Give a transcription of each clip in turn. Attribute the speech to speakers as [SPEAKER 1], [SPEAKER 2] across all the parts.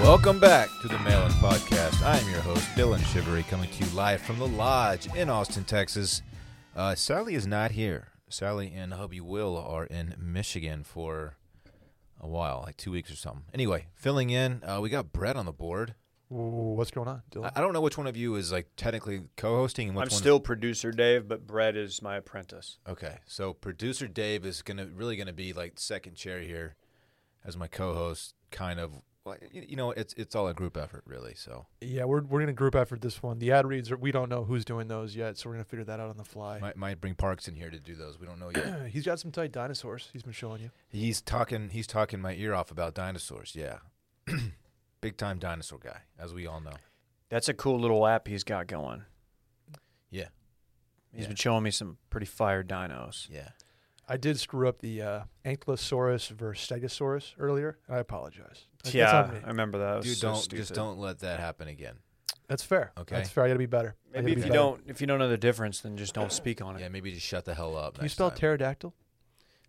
[SPEAKER 1] Welcome back to the Mail In Podcast. I am your host, Dylan Shivery, coming to you live from the Lodge in Austin, Texas. Uh, Sally is not here. Sally and hubby Will are in Michigan for a while, like two weeks or something. Anyway, filling in, uh, we got Brett on the board.
[SPEAKER 2] Ooh, what's going on, Dylan?
[SPEAKER 1] I, I don't know which one of you is like technically co-hosting and which
[SPEAKER 3] I'm
[SPEAKER 1] one.
[SPEAKER 3] still producer Dave, but Brett is my apprentice.
[SPEAKER 1] okay, so producer Dave is gonna really gonna be like second chair here as my co-host, kind of. Well, you you know, it's it's all a group effort, really. So
[SPEAKER 2] yeah, we're we're gonna group effort this one. The ad reads are, we don't know who's doing those yet, so we're gonna figure that out on the fly.
[SPEAKER 1] Might, might bring Parks in here to do those. We don't know yet.
[SPEAKER 2] He's got some tight dinosaurs. He's been showing you.
[SPEAKER 1] he's talking. He's talking my ear off about dinosaurs. Yeah, big time dinosaur guy, as we all know.
[SPEAKER 3] That's a cool little app he's got going.
[SPEAKER 1] Yeah.
[SPEAKER 3] He's
[SPEAKER 1] Yeah.
[SPEAKER 3] been showing me some pretty fire dinos.
[SPEAKER 1] Yeah.
[SPEAKER 2] I did screw up the uh, Ankylosaurus versus Stegosaurus earlier, and I apologize. That's,
[SPEAKER 3] yeah,
[SPEAKER 2] that's, on me.
[SPEAKER 3] I remember that. It was
[SPEAKER 1] Dude,
[SPEAKER 3] so
[SPEAKER 1] don't just
[SPEAKER 3] stupid.
[SPEAKER 1] don't let that happen again.
[SPEAKER 2] that's fair.
[SPEAKER 1] Okay.
[SPEAKER 2] that's fair. I gotta be better. I gotta
[SPEAKER 3] Maybe if
[SPEAKER 2] be
[SPEAKER 3] you
[SPEAKER 2] better.
[SPEAKER 3] don't, if you don't know the difference, then just don't speak on it.
[SPEAKER 1] Yeah, maybe just shut the hell up.
[SPEAKER 2] can you
[SPEAKER 1] next
[SPEAKER 2] spell
[SPEAKER 1] time.
[SPEAKER 2] pterodactyl?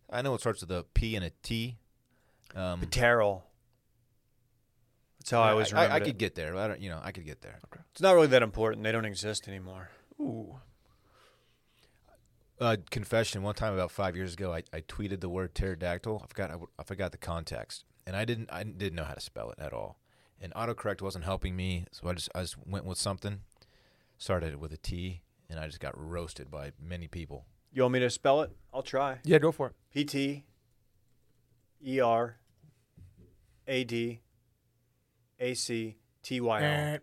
[SPEAKER 1] I know it starts with a P and a T. Um,
[SPEAKER 3] Pterol. That's how I always
[SPEAKER 1] I,
[SPEAKER 3] remember.
[SPEAKER 1] could get there. I don't. You know, I could get there.
[SPEAKER 3] It's not really that important. They don't exist anymore.
[SPEAKER 2] Ooh,
[SPEAKER 1] Uh, confession: One time, about five years ago, I, I tweeted the word pterodactyl. I forgot. I, w- I forgot the context, and I didn't. I didn't know how to spell it at all. And autocorrect wasn't helping me, so I just I just went with something. Started it with a T, and I just got roasted by many people.
[SPEAKER 3] You want me to spell it? I'll try.
[SPEAKER 2] yeah, go for it.
[SPEAKER 3] P T E R A D A C T Y
[SPEAKER 2] Eh.
[SPEAKER 3] L.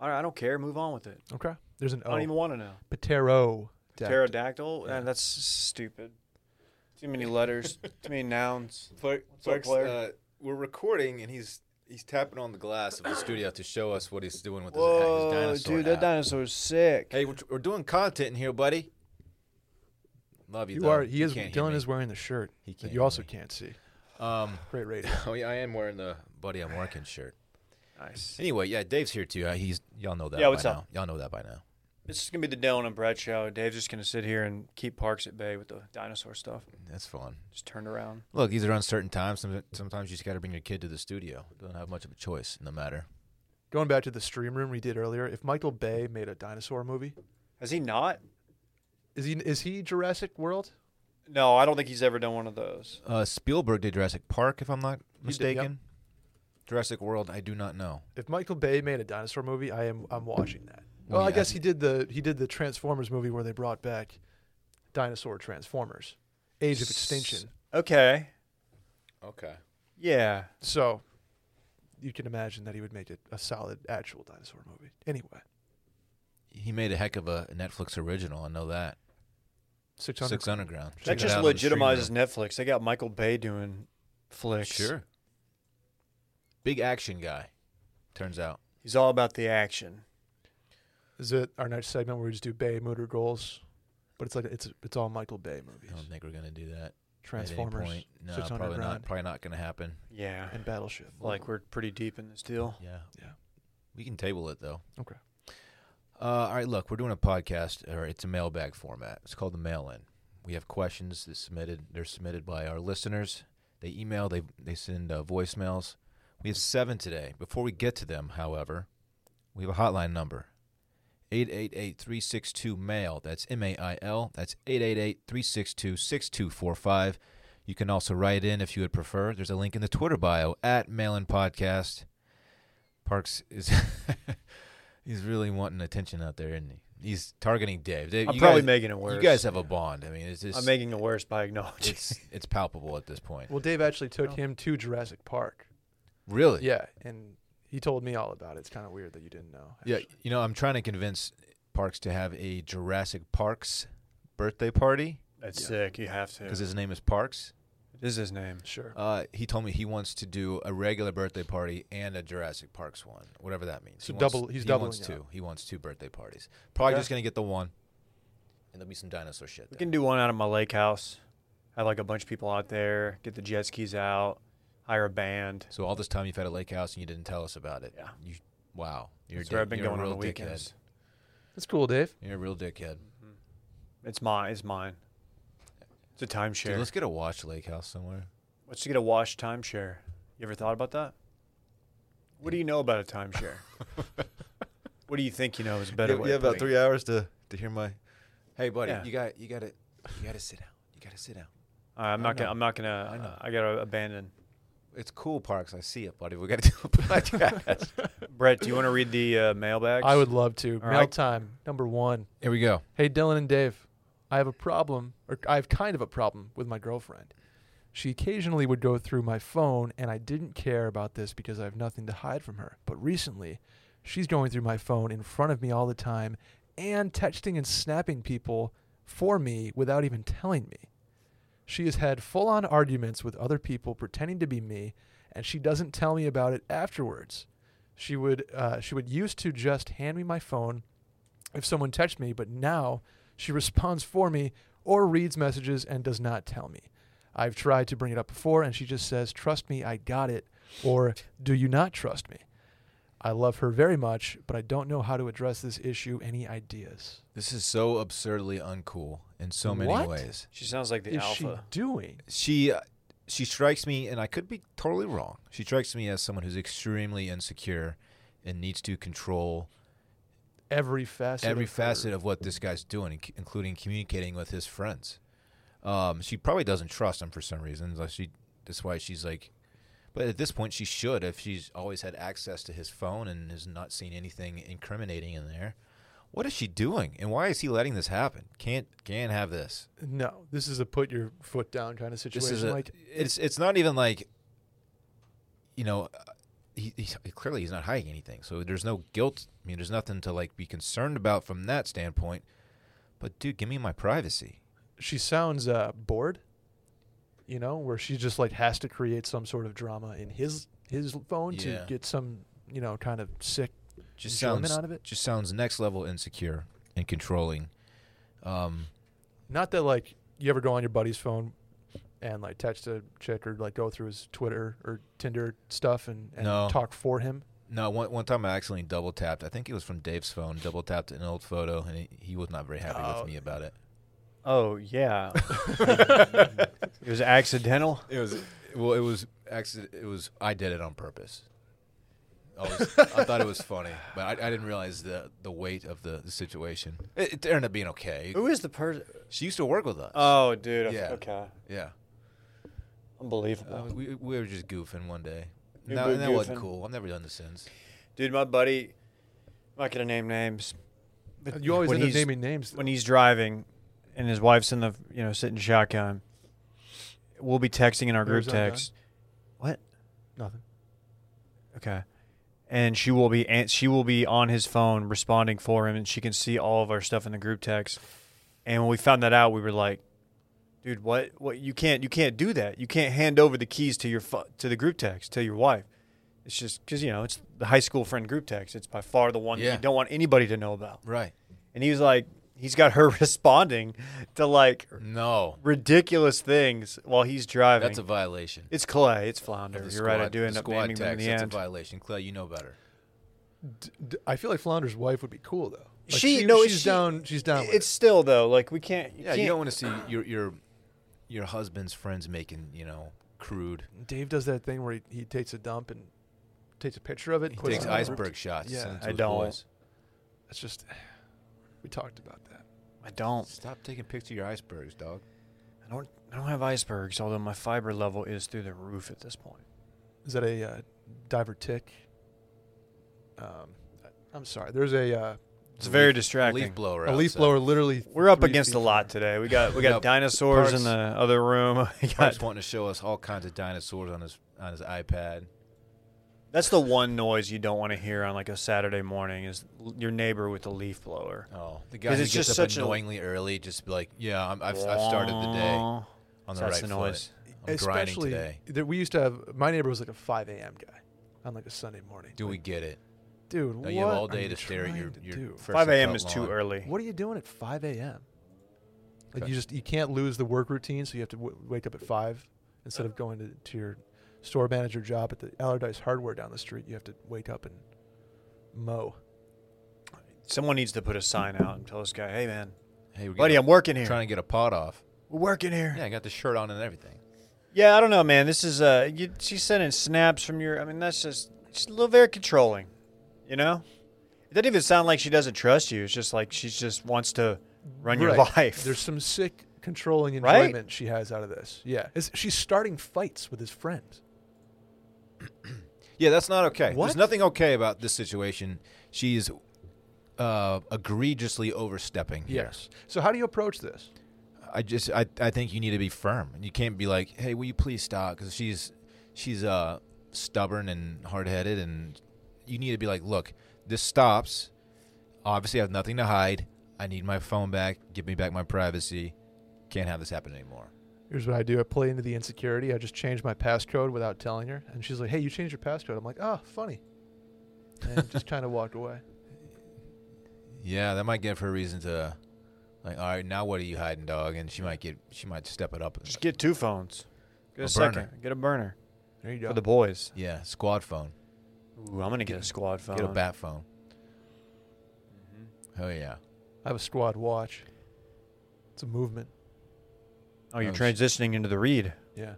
[SPEAKER 3] All right, I don't care. Move on with it.
[SPEAKER 2] Okay, there's an
[SPEAKER 3] I don't
[SPEAKER 2] O.
[SPEAKER 3] even want to know.
[SPEAKER 2] Ptero.
[SPEAKER 3] Pterodactyl?
[SPEAKER 1] Oh. Yeah.
[SPEAKER 3] Man, that's stupid. Too many letters. too many nouns. What's up, player?
[SPEAKER 1] uh, we're recording, and he's he's tapping on the glass of the studio to show us what he's doing with his,
[SPEAKER 3] Whoa,
[SPEAKER 1] his dinosaur.
[SPEAKER 3] dude, that
[SPEAKER 1] app.
[SPEAKER 3] dinosaur's sick.
[SPEAKER 1] Hey, we're, we're doing content in here, buddy. Love you.
[SPEAKER 2] You
[SPEAKER 1] though.
[SPEAKER 2] are. He
[SPEAKER 1] You
[SPEAKER 2] is.
[SPEAKER 1] can't
[SPEAKER 2] Dylan
[SPEAKER 1] hear
[SPEAKER 2] is wearing the shirt
[SPEAKER 1] He
[SPEAKER 2] that
[SPEAKER 1] can't
[SPEAKER 2] you
[SPEAKER 1] hear
[SPEAKER 2] also
[SPEAKER 1] me.
[SPEAKER 2] can't see.
[SPEAKER 1] me. Um,
[SPEAKER 2] Great rating.
[SPEAKER 1] oh yeah, I am wearing the buddy I'm working shirt.
[SPEAKER 3] Nice.
[SPEAKER 1] Anyway, yeah, Dave's here too. Uh, He's y'all know that.
[SPEAKER 3] Yeah, what's
[SPEAKER 1] by
[SPEAKER 3] up?
[SPEAKER 1] Now. Y'all know that by now.
[SPEAKER 3] This is gonna be the Dylan and Brad show. Dave's just gonna sit here and keep Parks at bay with the dinosaur stuff.
[SPEAKER 1] That's fun.
[SPEAKER 3] Just turned around.
[SPEAKER 1] Look, these are uncertain times. Some- Sometimes you just got to bring your kid to the studio. Don't have much of a choice in the matter.
[SPEAKER 2] Going back to the stream room we did earlier, if Michael Bay made a dinosaur movie,
[SPEAKER 3] Has he not?
[SPEAKER 2] is he is he Jurassic World?
[SPEAKER 3] No, I don't think he's ever done one of those.
[SPEAKER 1] Uh, Spielberg did Jurassic Park, if I'm not
[SPEAKER 2] He did, yep.
[SPEAKER 1] mistaken. Jurassic World, I do not know.
[SPEAKER 2] If Michael Bay made a dinosaur movie, I am I'm watching that.
[SPEAKER 1] Well,
[SPEAKER 2] Well, I
[SPEAKER 1] yeah.
[SPEAKER 2] guess he did the he did the Transformers movie where they brought back dinosaur Transformers, Age of Extinction.
[SPEAKER 3] Okay.
[SPEAKER 1] Okay.
[SPEAKER 3] Yeah.
[SPEAKER 2] So you can imagine that he would make it a solid actual dinosaur movie. Anyway,
[SPEAKER 1] He made a heck of a Netflix original. I know that.
[SPEAKER 2] six hundred.
[SPEAKER 1] Six Underground. Check
[SPEAKER 3] That
[SPEAKER 1] it
[SPEAKER 3] just
[SPEAKER 1] out on the stream room.
[SPEAKER 3] legitimizes Netflix. They got Michael Bay doing flicks.
[SPEAKER 1] Sure. Big action guy, turns out.
[SPEAKER 3] He's all about the action.
[SPEAKER 2] Is it our next segment where we just do Bay motor goals? But it's like it's it's all Michael Bay movies,
[SPEAKER 1] I don't think we're gonna do that. At any
[SPEAKER 2] Transformers
[SPEAKER 1] point. No,
[SPEAKER 2] 600
[SPEAKER 1] probably not.
[SPEAKER 2] round.
[SPEAKER 1] Probably not gonna happen.
[SPEAKER 3] Yeah.
[SPEAKER 2] and Battleship.
[SPEAKER 3] Like we're pretty deep in this deal.
[SPEAKER 1] Yeah.
[SPEAKER 2] Yeah.
[SPEAKER 1] We can table it though.
[SPEAKER 2] Okay.
[SPEAKER 1] Uh, all right. Look, we're doing a podcast, or it's a mailbag format. It's called the mail in. We have questions that submitted. They're submitted by our listeners. They email. They they send uh, voicemails. We have seven today. Before we get to them, however, we have a hotline number. 888-362-MAIL. That's M-A-I-L. That's 888-362-6245. You can also write in if you would prefer. There's a link in the Twitter bio, at Mailin Podcast. Parks is he's really wanting attention out there, isn't he? He's targeting Dave. Dave
[SPEAKER 3] I'm
[SPEAKER 1] you
[SPEAKER 3] probably
[SPEAKER 1] guys,
[SPEAKER 3] making it worse.
[SPEAKER 1] You guys have a bond. I mean, it's just
[SPEAKER 3] I'm making it worse by acknowledging.
[SPEAKER 1] it's it's palpable at this point.
[SPEAKER 2] Well, Dave actually took
[SPEAKER 3] No.
[SPEAKER 2] him to Jurassic Park.
[SPEAKER 1] Really?
[SPEAKER 2] Yeah, and he told me all about it. It's kind of weird that you didn't know.
[SPEAKER 1] Yeah.
[SPEAKER 2] actually.
[SPEAKER 1] You know, I'm trying to convince Parks to have a Jurassic Parks birthday party
[SPEAKER 3] That's
[SPEAKER 2] Yeah.
[SPEAKER 3] sick. You have to.
[SPEAKER 1] because
[SPEAKER 3] it
[SPEAKER 1] his name is Parks.
[SPEAKER 3] is his name.
[SPEAKER 2] sure.
[SPEAKER 1] Uh, he told me he wants to do a regular birthday party and a Jurassic Parks one, whatever that means.
[SPEAKER 2] So
[SPEAKER 1] he
[SPEAKER 2] double-
[SPEAKER 1] Wants,
[SPEAKER 2] he's
[SPEAKER 1] he
[SPEAKER 2] doubling
[SPEAKER 1] Wants
[SPEAKER 2] up.
[SPEAKER 1] two. He wants two birthday parties. Probably
[SPEAKER 3] Okay.
[SPEAKER 1] just gonna get the one, and there'll be some dinosaur shit.
[SPEAKER 3] We
[SPEAKER 1] there.
[SPEAKER 3] can do one out of my lake house. Have like a bunch of people out there. Get the jet skis out. Hire a band.
[SPEAKER 1] So all this time you've had a lake house and you didn't tell us about it.
[SPEAKER 3] Yeah.
[SPEAKER 1] You, wow. You're
[SPEAKER 3] That's where
[SPEAKER 1] dick-
[SPEAKER 3] I've been
[SPEAKER 1] you're a
[SPEAKER 3] going on
[SPEAKER 1] real
[SPEAKER 3] the
[SPEAKER 1] dickhead.
[SPEAKER 3] weekends. Hmm.
[SPEAKER 2] That's cool, Dave.
[SPEAKER 1] You're a real dickhead.
[SPEAKER 3] It's mine. It's mine. It's a timeshare.
[SPEAKER 1] Dude, let's
[SPEAKER 3] let's,
[SPEAKER 1] get a watch lake house somewhere.
[SPEAKER 3] get a wash timeshare. You ever thought about that? What do you know about a timeshare? what do you think you know is a better
[SPEAKER 1] You-
[SPEAKER 3] way?
[SPEAKER 1] you
[SPEAKER 3] of
[SPEAKER 1] have about
[SPEAKER 3] putting
[SPEAKER 1] three hours to to hear my. Hey, buddy,
[SPEAKER 3] Yeah.
[SPEAKER 1] you got you got to you got to sit down. You got to sit down.
[SPEAKER 3] it? All right, I'm
[SPEAKER 1] I
[SPEAKER 3] not
[SPEAKER 1] know.
[SPEAKER 3] gonna. I'm not gonna.
[SPEAKER 1] I
[SPEAKER 3] I,
[SPEAKER 1] know.
[SPEAKER 3] gotta abandon.
[SPEAKER 1] It's cool, Parks. I see it, buddy. We got to do a podcast.
[SPEAKER 3] Brett, do you want to read the uh, mailbags?
[SPEAKER 2] I would love to.
[SPEAKER 3] All
[SPEAKER 2] Mail
[SPEAKER 3] right.
[SPEAKER 2] time number one.
[SPEAKER 1] Here we go.
[SPEAKER 2] Hey, Dylan and Dave, I have a problem, or I have kind of a problem with my girlfriend. She occasionally would go through my phone, and I didn't care about this because I have nothing to hide from her. But recently, she's going through my phone in front of me all the time and texting and snapping people for me without even telling me. She has had full on arguments with other people pretending to be me, and she doesn't tell me about it afterwards. She would, uh, she would used to just hand me my phone if someone texts me, but now she responds for me or reads messages and does not tell me. I've tried to bring it up before, and she just says, Trust me, I got it, or Do you not trust me? I love her very much, but I don't know how to address this issue. Any ideas?
[SPEAKER 1] This is so absurdly uncool in so many
[SPEAKER 2] What?
[SPEAKER 1] ways.
[SPEAKER 3] She sounds like the
[SPEAKER 2] is she
[SPEAKER 3] alpha.
[SPEAKER 2] doing?
[SPEAKER 1] She uh, she strikes me, and I could be totally wrong. She strikes me as someone who's extremely insecure and needs to control
[SPEAKER 2] Every facet.
[SPEAKER 1] every
[SPEAKER 2] of her-
[SPEAKER 1] facet of what this guy's doing, inc- including communicating with his friends. Um, she probably doesn't trust him for some reason. Like she, that's why she's like. But at this point, she should if she's always had access to his phone and has not seen anything incriminating in there. What is she doing, and why is he letting this happen? Can't can't have this.
[SPEAKER 2] No, this is a put your foot down kind of situation.
[SPEAKER 1] This is a,
[SPEAKER 2] like,
[SPEAKER 1] it's it's not even like. You know, uh, he, he's, clearly he's not hiding anything, so there's no guilt. I mean, there's nothing to like be concerned about from that standpoint. But dude, give me my privacy.
[SPEAKER 2] she sounds uh, bored, you know, where she just like has to create some sort of drama in his his phone
[SPEAKER 1] Yeah.
[SPEAKER 2] to get some you know kind of sick
[SPEAKER 1] Just
[SPEAKER 2] enjoyment
[SPEAKER 1] sounds
[SPEAKER 2] out of it.
[SPEAKER 1] just sounds next level insecure and controlling. Um,
[SPEAKER 2] Not that like you ever go on your buddy's phone and like text a chick or like go through his Twitter or Tinder stuff and, and
[SPEAKER 1] No.
[SPEAKER 2] talk for him.
[SPEAKER 1] no, one one time I accidentally double tapped. I think it was from Dave's phone. Double tapped an old photo, and he, he was not very happy
[SPEAKER 2] Oh.
[SPEAKER 1] with me about it.
[SPEAKER 3] Oh yeah. it was accidental.
[SPEAKER 1] It was well, it was accident. It was I did it on purpose. I, was, I thought it was funny, but I, I didn't realize the the weight of the, the situation. It, it ended up being okay.
[SPEAKER 3] Who is the person?
[SPEAKER 1] She used to work with us.
[SPEAKER 3] Oh, dude. I-
[SPEAKER 1] Yeah.
[SPEAKER 3] Okay.
[SPEAKER 1] yeah,
[SPEAKER 3] Unbelievable.
[SPEAKER 1] Uh, we we were just goofing one day.
[SPEAKER 3] We
[SPEAKER 1] No,
[SPEAKER 3] were
[SPEAKER 1] and that wasn't
[SPEAKER 3] goofing.
[SPEAKER 1] cool. I've never done this since.
[SPEAKER 3] Dude, my buddy, I'm not going to name names. but
[SPEAKER 2] Uh, You always
[SPEAKER 3] when
[SPEAKER 2] end up
[SPEAKER 3] he's-
[SPEAKER 2] naming names.
[SPEAKER 3] When he's driving and his wife's in the, you know, sitting shotgun, we'll be texting in our group
[SPEAKER 2] Doors undone?
[SPEAKER 3] text. What?
[SPEAKER 2] Nothing.
[SPEAKER 3] Okay. And she will be an- she will be on his phone responding for him and she can see all of our stuff in the group text. And when we found that out, we were like, dude, what what you can't you can't do that. You can't hand over the keys to your pho- to the group text to your wife. It's just cuz you know, it's the high school friend group text. It's by far the one that
[SPEAKER 1] Yeah.
[SPEAKER 3] you don't want anybody to know about.
[SPEAKER 1] Right?
[SPEAKER 3] And he was like he's got her responding to like
[SPEAKER 1] No,
[SPEAKER 3] ridiculous things while he's driving.
[SPEAKER 1] that's a violation.
[SPEAKER 3] it's Clay, it's
[SPEAKER 1] Of
[SPEAKER 3] Flounder.
[SPEAKER 1] the
[SPEAKER 3] You're right. I
[SPEAKER 1] squad-
[SPEAKER 3] do
[SPEAKER 1] the
[SPEAKER 3] end up
[SPEAKER 1] squad
[SPEAKER 3] naming them in
[SPEAKER 1] text,
[SPEAKER 3] the
[SPEAKER 1] that's
[SPEAKER 3] end.
[SPEAKER 1] a violation. Clay, you know better.
[SPEAKER 2] D- d- I feel like Flounder's wife would be cool though. Like,
[SPEAKER 3] She- no,
[SPEAKER 2] she's
[SPEAKER 3] she-
[SPEAKER 2] down. She's down. with
[SPEAKER 3] It's still though, like we can't. You
[SPEAKER 1] Yeah,
[SPEAKER 3] can't
[SPEAKER 1] you don't want to see your your your husband's friends making you know crude.
[SPEAKER 2] it. Dave does that thing where he, he takes a dump and takes a picture of it.
[SPEAKER 1] He
[SPEAKER 2] puts
[SPEAKER 1] takes
[SPEAKER 2] it on the group
[SPEAKER 1] iceberg shots.
[SPEAKER 2] Yeah,
[SPEAKER 1] Yeah,
[SPEAKER 3] I don't.
[SPEAKER 2] It's just we talked about that.
[SPEAKER 3] I don't.
[SPEAKER 1] Stop taking pictures of your icebergs, dog.
[SPEAKER 3] I don't. I don't have icebergs, although my fiber level is through the roof at this point.
[SPEAKER 2] Is that a uh, diver tick? Um, I- I'm sorry. There's a uh,
[SPEAKER 3] It's
[SPEAKER 1] The
[SPEAKER 3] very
[SPEAKER 1] leaf- the
[SPEAKER 3] distracting.
[SPEAKER 1] Leaf blower.
[SPEAKER 2] a leaf
[SPEAKER 1] outside.
[SPEAKER 2] blower. Literally,
[SPEAKER 3] We're up
[SPEAKER 2] three
[SPEAKER 3] against
[SPEAKER 2] feet
[SPEAKER 3] a lot
[SPEAKER 2] from-
[SPEAKER 3] today. We got we
[SPEAKER 1] Yeah,
[SPEAKER 3] got dinosaurs
[SPEAKER 1] Parks-
[SPEAKER 3] in the other room. We
[SPEAKER 1] Parks
[SPEAKER 3] got,
[SPEAKER 1] wanting to show us all kinds of dinosaurs on his on his iPad.
[SPEAKER 3] that's the one noise you don't want to hear on like a Saturday morning is l- your neighbor with the leaf blower.
[SPEAKER 1] Oh, the guy
[SPEAKER 3] 'Cause
[SPEAKER 1] who
[SPEAKER 3] it's
[SPEAKER 1] gets
[SPEAKER 3] just
[SPEAKER 1] up
[SPEAKER 3] such a-
[SPEAKER 1] annoyingly early, just be like, "Yeah, I'm, I've, I've started the day on the
[SPEAKER 3] That's
[SPEAKER 1] right
[SPEAKER 3] the
[SPEAKER 1] foot.
[SPEAKER 3] noise.
[SPEAKER 1] I'm grinding
[SPEAKER 2] especially
[SPEAKER 1] today.
[SPEAKER 2] that we used to have. My neighbor was like a 5 a.m. guy on like a Sunday morning.
[SPEAKER 1] Do we get it?
[SPEAKER 2] dude?
[SPEAKER 1] No,
[SPEAKER 2] what
[SPEAKER 1] you have all
[SPEAKER 2] are
[SPEAKER 1] day
[SPEAKER 2] you
[SPEAKER 1] to stare at your
[SPEAKER 2] trying to
[SPEAKER 1] your.
[SPEAKER 2] do?
[SPEAKER 1] freshly
[SPEAKER 3] Five a.m.
[SPEAKER 1] cut
[SPEAKER 3] is too
[SPEAKER 1] lawn.
[SPEAKER 3] early.
[SPEAKER 2] What are you doing at 5 a.m.? Like
[SPEAKER 1] Okay.
[SPEAKER 2] you just you can't lose the work routine, so you have to w- wake up at five instead of going to, to your store manager job at the Allardyce Hardware down the street. You have to wake up and mow.
[SPEAKER 3] Someone needs to put a sign out and tell this guy, "Hey man,
[SPEAKER 1] Hey, we're
[SPEAKER 3] buddy, I'm working here.
[SPEAKER 1] trying to get a pot off.
[SPEAKER 3] We're working here."
[SPEAKER 1] Yeah, I got the shirt on and everything.
[SPEAKER 3] Yeah, I don't know, man. This is uh, you, she's sending snaps from your. I mean, that's just she's a little very controlling, you know. It doesn't even sound like she doesn't trust you. It's just like she just wants to run your
[SPEAKER 2] Right.
[SPEAKER 3] life.
[SPEAKER 2] There's some sick controlling
[SPEAKER 3] Right?
[SPEAKER 2] enjoyment she has out of this. Yeah, It's- she's starting fights with his friends.
[SPEAKER 1] Yeah, that's not okay. There's
[SPEAKER 2] What?
[SPEAKER 1] nothing okay about this situation. She's uh, egregiously overstepping. here.
[SPEAKER 2] Yes. So how do you approach this?
[SPEAKER 1] I just I, I think you need to be firm. You can't be like, hey, will you please stop? Because she's she's uh stubborn and hard headed, and you need to be like, look, this stops. Obviously, I have nothing to hide. I need my phone back. Give me back my privacy. Can't have this happen anymore.
[SPEAKER 2] Here's what I do. I play into the insecurity. I just change my passcode without telling her, and she's like, "Hey, you changed your passcode." I'm like, "Oh, funny," and just kind of walked away.
[SPEAKER 1] Yeah, that might give her reason to, like, all right, now what are you hiding, dog? And she might get she might step it up.
[SPEAKER 3] Just get two phones. Get a,
[SPEAKER 1] A burner.
[SPEAKER 3] second. Get a burner
[SPEAKER 2] There you go.
[SPEAKER 3] for the boys.
[SPEAKER 1] Yeah, squad phone.
[SPEAKER 3] Ooh, I'm gonna get a squad phone.
[SPEAKER 1] Get a bat phone. Oh yeah.
[SPEAKER 2] I have a squad watch. It's a movement.
[SPEAKER 3] Oh, you're
[SPEAKER 1] Oh, sh-
[SPEAKER 3] transitioning into the read.
[SPEAKER 2] Yeah,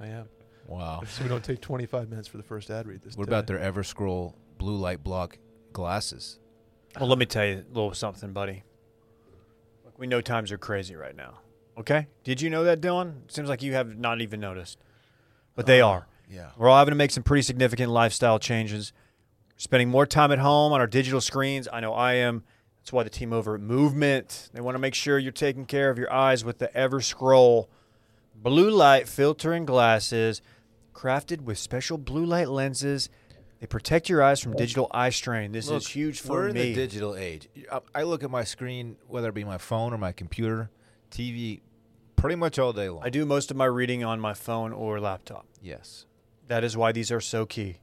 [SPEAKER 2] I am.
[SPEAKER 1] Wow.
[SPEAKER 2] So we don't take 25 minutes for the first ad read this
[SPEAKER 1] What about
[SPEAKER 2] time.
[SPEAKER 1] their Everscroll blue light block glasses?
[SPEAKER 3] Well, let me tell you a little something, buddy. Look, we know times are crazy right now. Okay? Did you know that, Dylan? Seems like you have not even noticed. But they
[SPEAKER 2] Oh,
[SPEAKER 1] Uh-huh.
[SPEAKER 3] are.
[SPEAKER 1] Yeah.
[SPEAKER 3] We're all having to make some pretty significant lifestyle changes. Spending more time at home on our digital screens. I know I am. That's why the team over at Movement, they want to make sure you're taking care of your eyes with the Ever Scroll blue light filtering glasses crafted with special blue light lenses. They protect your eyes from digital eye strain. This
[SPEAKER 1] Look,
[SPEAKER 3] is huge for
[SPEAKER 1] we're in
[SPEAKER 3] me.
[SPEAKER 1] the digital age. I, I look at my screen, whether it be my phone or my computer, TV, pretty much all day long.
[SPEAKER 3] I do most of my reading on my phone or laptop.
[SPEAKER 1] Yes.
[SPEAKER 3] That is why these are so key.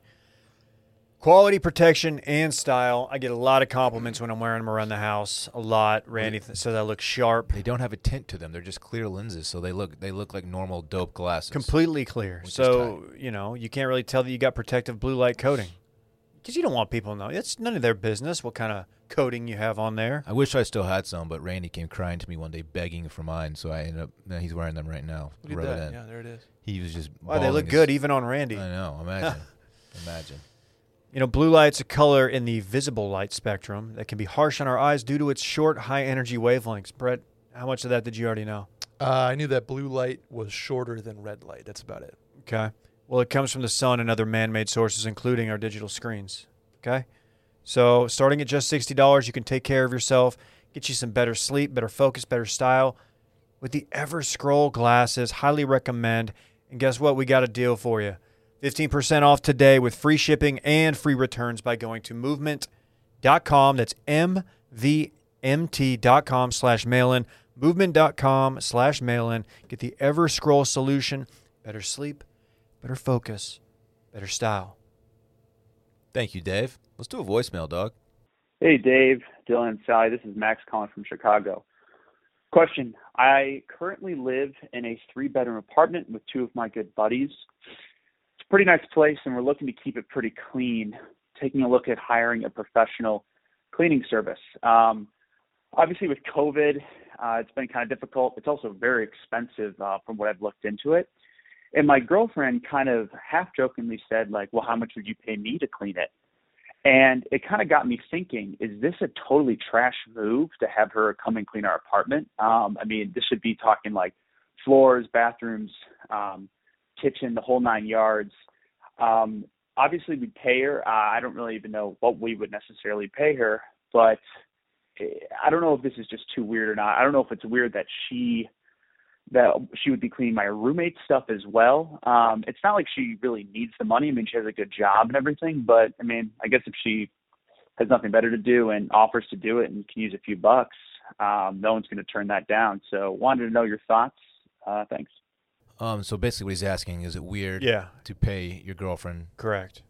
[SPEAKER 3] Quality protection and style. I get a lot of compliments when I'm wearing them around the house. A lot. Randy th- says I look sharp,
[SPEAKER 1] They don't have a tint to them. They're just clear lenses, so they look they look like normal dope glasses.
[SPEAKER 3] completely clear.
[SPEAKER 1] Which is
[SPEAKER 3] So you know you can't really tell that you got protective blue light coating because you don't want people to know. It's none of their business what kind of coating you have on there.
[SPEAKER 1] I wish I still had some, but Randy came crying to me one day begging for mine, so I ended up. Now he's wearing them right now.
[SPEAKER 2] Look
[SPEAKER 1] Rub it
[SPEAKER 2] at that.
[SPEAKER 1] in.
[SPEAKER 2] Yeah, there it is.
[SPEAKER 1] He was just.
[SPEAKER 3] Wow, they
[SPEAKER 1] bawling
[SPEAKER 3] look
[SPEAKER 1] his-
[SPEAKER 3] good even on Randy.
[SPEAKER 1] I know. Imagine. imagine.
[SPEAKER 3] You know, blue light's a color in the visible light spectrum that can be harsh on our eyes due to its short, high energy wavelengths. Brett, how much of that did you already know?
[SPEAKER 2] Uh, I knew that blue light was shorter than red light. That's about it.
[SPEAKER 3] Okay. Well, it comes from the sun and other man made sources, including our digital screens. Okay. So, starting at just $60, you can take care of yourself, get you some better sleep, better focus, better style with the Ever Scroll glasses. Highly recommend. And guess what? We got a deal for you 15% off today with free shipping and free returns by going to movement.com. That's MVMT.com slash mail in. Movement.com slash mail in. Get the Ever Scroll solution. Better sleep, better focus, better style.
[SPEAKER 1] Thank you, Dave. Let's do a voicemail, dog.
[SPEAKER 4] Hey, Dave, Dylan, Sally. This is Max calling from Chicago. Question I currently live in a three bedroom apartment with two of my good buddies. It's a pretty nice place, and we're looking to keep it pretty clean, taking a look at hiring a professional cleaning service. Um, obviously, with COVID, uh, it's been kind of difficult. It's also very expensive uh, from what I've looked into it. And my girlfriend kind of half jokingly said, like, well, how much would you pay me to clean it? And it kind of got me thinking, is this a totally trash move to have her come and clean our apartment? Um, I mean, this should be talking like floors, bathrooms, um, kitchen, the whole nine yards. Um, obviously, we'd pay her. Uh, I don't really even know what we would necessarily pay her, but eh, I don't know if this is just too weird or not. I don't know if it's weird that she that she would be cleaning my roommate's stuff as well. Um, it's not like she really needs the money. I mean, she has a good job and everything, but I mean, I guess if she has nothing better to do and offers to do it and can use a few bucks, um, no one's going to turn that down. So, wanted to know your thoughts. Uh, thanks.
[SPEAKER 1] Um, so basically, what he's asking is it weird
[SPEAKER 3] Yeah,
[SPEAKER 1] to pay your girlfriend
[SPEAKER 3] correct.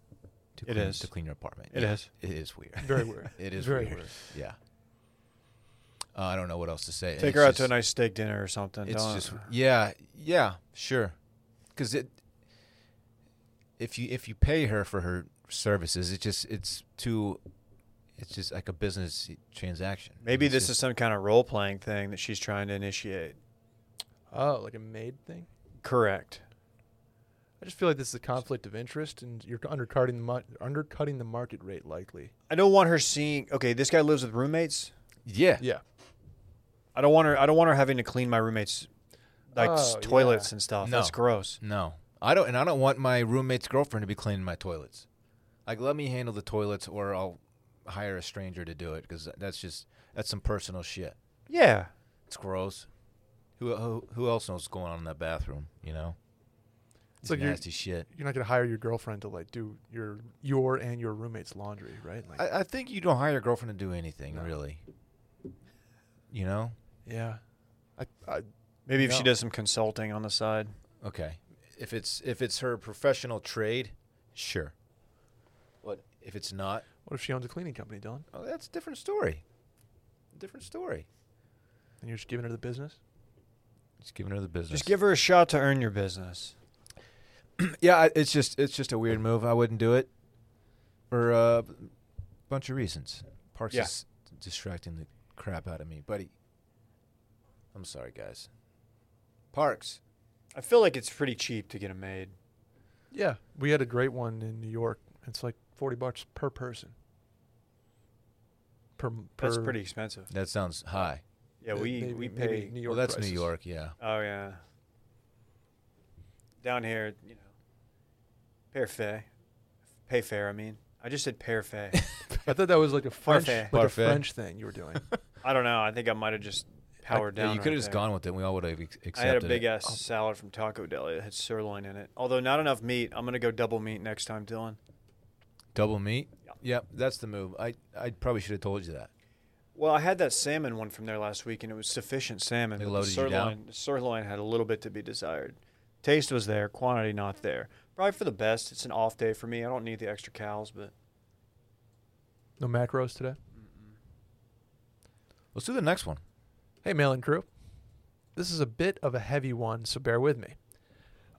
[SPEAKER 1] to
[SPEAKER 3] It
[SPEAKER 1] clean,
[SPEAKER 3] is.
[SPEAKER 1] to clean your apartment?
[SPEAKER 3] It
[SPEAKER 1] yeah,
[SPEAKER 3] is.
[SPEAKER 1] It is weird.
[SPEAKER 2] Very weird.
[SPEAKER 1] it is
[SPEAKER 2] Very
[SPEAKER 1] weird. Yeah. Uh, I don't know what else to say. and it's
[SPEAKER 3] Take her out
[SPEAKER 1] just-
[SPEAKER 3] to a nice steak dinner or something.
[SPEAKER 1] It's
[SPEAKER 3] Don't-
[SPEAKER 1] just yeah, yeah, sure. Because it, if you if you pay her for her services, it just it's too, it's just like a business transaction.
[SPEAKER 3] maybe
[SPEAKER 1] It's
[SPEAKER 3] this
[SPEAKER 1] just-
[SPEAKER 3] is some kind of role playing thing that she's trying to initiate.
[SPEAKER 2] Oh, like a maid thing?
[SPEAKER 3] Correct.
[SPEAKER 2] I I just feel like this is a conflict of interest, and you're undercutting the mar- undercutting the market rate likely.
[SPEAKER 3] I don't want her seeing. Okay, this guy lives with roommates.
[SPEAKER 1] Yeah.
[SPEAKER 2] Yeah,
[SPEAKER 3] I don't want her. I don't want her having to clean my roommates' like s-
[SPEAKER 2] Oh,
[SPEAKER 3] toilets
[SPEAKER 2] yeah.
[SPEAKER 3] and stuff.
[SPEAKER 1] No.
[SPEAKER 3] That's gross.
[SPEAKER 1] No, I don't, and I don't want my roommate's girlfriend to be cleaning my toilets. Like, let me handle the toilets, or I'll hire a stranger to do it because that's just that's some personal shit.
[SPEAKER 3] Yeah.
[SPEAKER 1] It's gross. Who who, who else knows what's going on in that bathroom? You know, it's
[SPEAKER 2] It's like you're-
[SPEAKER 1] nasty shit.
[SPEAKER 2] you're not gonna hire your girlfriend to like do your your and your roommate's laundry, right? Like,
[SPEAKER 1] I, I think you don't hire your girlfriend to do anything,
[SPEAKER 2] No.
[SPEAKER 1] really. You know?
[SPEAKER 2] yeah, I, I
[SPEAKER 3] Maybe if she
[SPEAKER 2] No.
[SPEAKER 3] does some consulting on the side.
[SPEAKER 1] Okay. If it's if it's her professional trade, sure. But if it's not,
[SPEAKER 2] what if she owns a cleaning company, Dylan?
[SPEAKER 1] oh, that's a different story. Different story.
[SPEAKER 2] And you're just giving her the business?
[SPEAKER 1] Just giving her the business.
[SPEAKER 3] Just give her a shot to earn your business.
[SPEAKER 1] yeah, I- it's just it's just a weird move. I wouldn't do it for a bunch of reasons. Parks
[SPEAKER 3] Yeah.
[SPEAKER 1] is distracting the crap out of me, buddy. I'm sorry, guys. Parks.
[SPEAKER 3] I feel like it's pretty cheap to get them made.
[SPEAKER 2] Yeah, we had a great one in New York. It's like forty bucks per person. Per, per
[SPEAKER 3] That's pretty expensive.
[SPEAKER 1] That sounds high.
[SPEAKER 3] Yeah,
[SPEAKER 2] uh,
[SPEAKER 3] we
[SPEAKER 2] maybe-
[SPEAKER 3] we pay.
[SPEAKER 2] maybe New York.
[SPEAKER 1] well, that's
[SPEAKER 2] prices.
[SPEAKER 1] New York, yeah.
[SPEAKER 3] Oh yeah. Down here, you know, pay fair, pay fair. I mean, I just said pay fair.
[SPEAKER 2] I thought that was like a French,
[SPEAKER 3] Parfait.
[SPEAKER 2] like a
[SPEAKER 1] Parfait.
[SPEAKER 2] French thing you were doing.
[SPEAKER 3] I don't know. I think I might have just powered
[SPEAKER 1] Yeah,
[SPEAKER 3] down.
[SPEAKER 1] you could have
[SPEAKER 3] right
[SPEAKER 1] just
[SPEAKER 3] there.
[SPEAKER 1] gone with it. and We all would have ex- accepted
[SPEAKER 3] I had a big
[SPEAKER 1] it. Oh.
[SPEAKER 3] ass salad from Taco Deli that had sirloin in it. Although not enough meat. I'm gonna go double meat next time, Dylan.
[SPEAKER 1] Double meat.
[SPEAKER 3] Yeah.
[SPEAKER 1] Yep, that's the move. I I probably should have told you that.
[SPEAKER 3] Well, I had that salmon one from there last week, and it was sufficient salmon.
[SPEAKER 1] They
[SPEAKER 3] but the
[SPEAKER 1] loaded you
[SPEAKER 3] sirloin,
[SPEAKER 1] down?
[SPEAKER 3] the Sirloin had a little bit to be desired. Taste was there, quantity not there. Probably for the best. It's an off day for me. I don't need the extra cows, but
[SPEAKER 2] No macros today.
[SPEAKER 1] Let's do the next one.
[SPEAKER 2] Hey, mailing crew. This is a bit of a heavy one, so bear with me.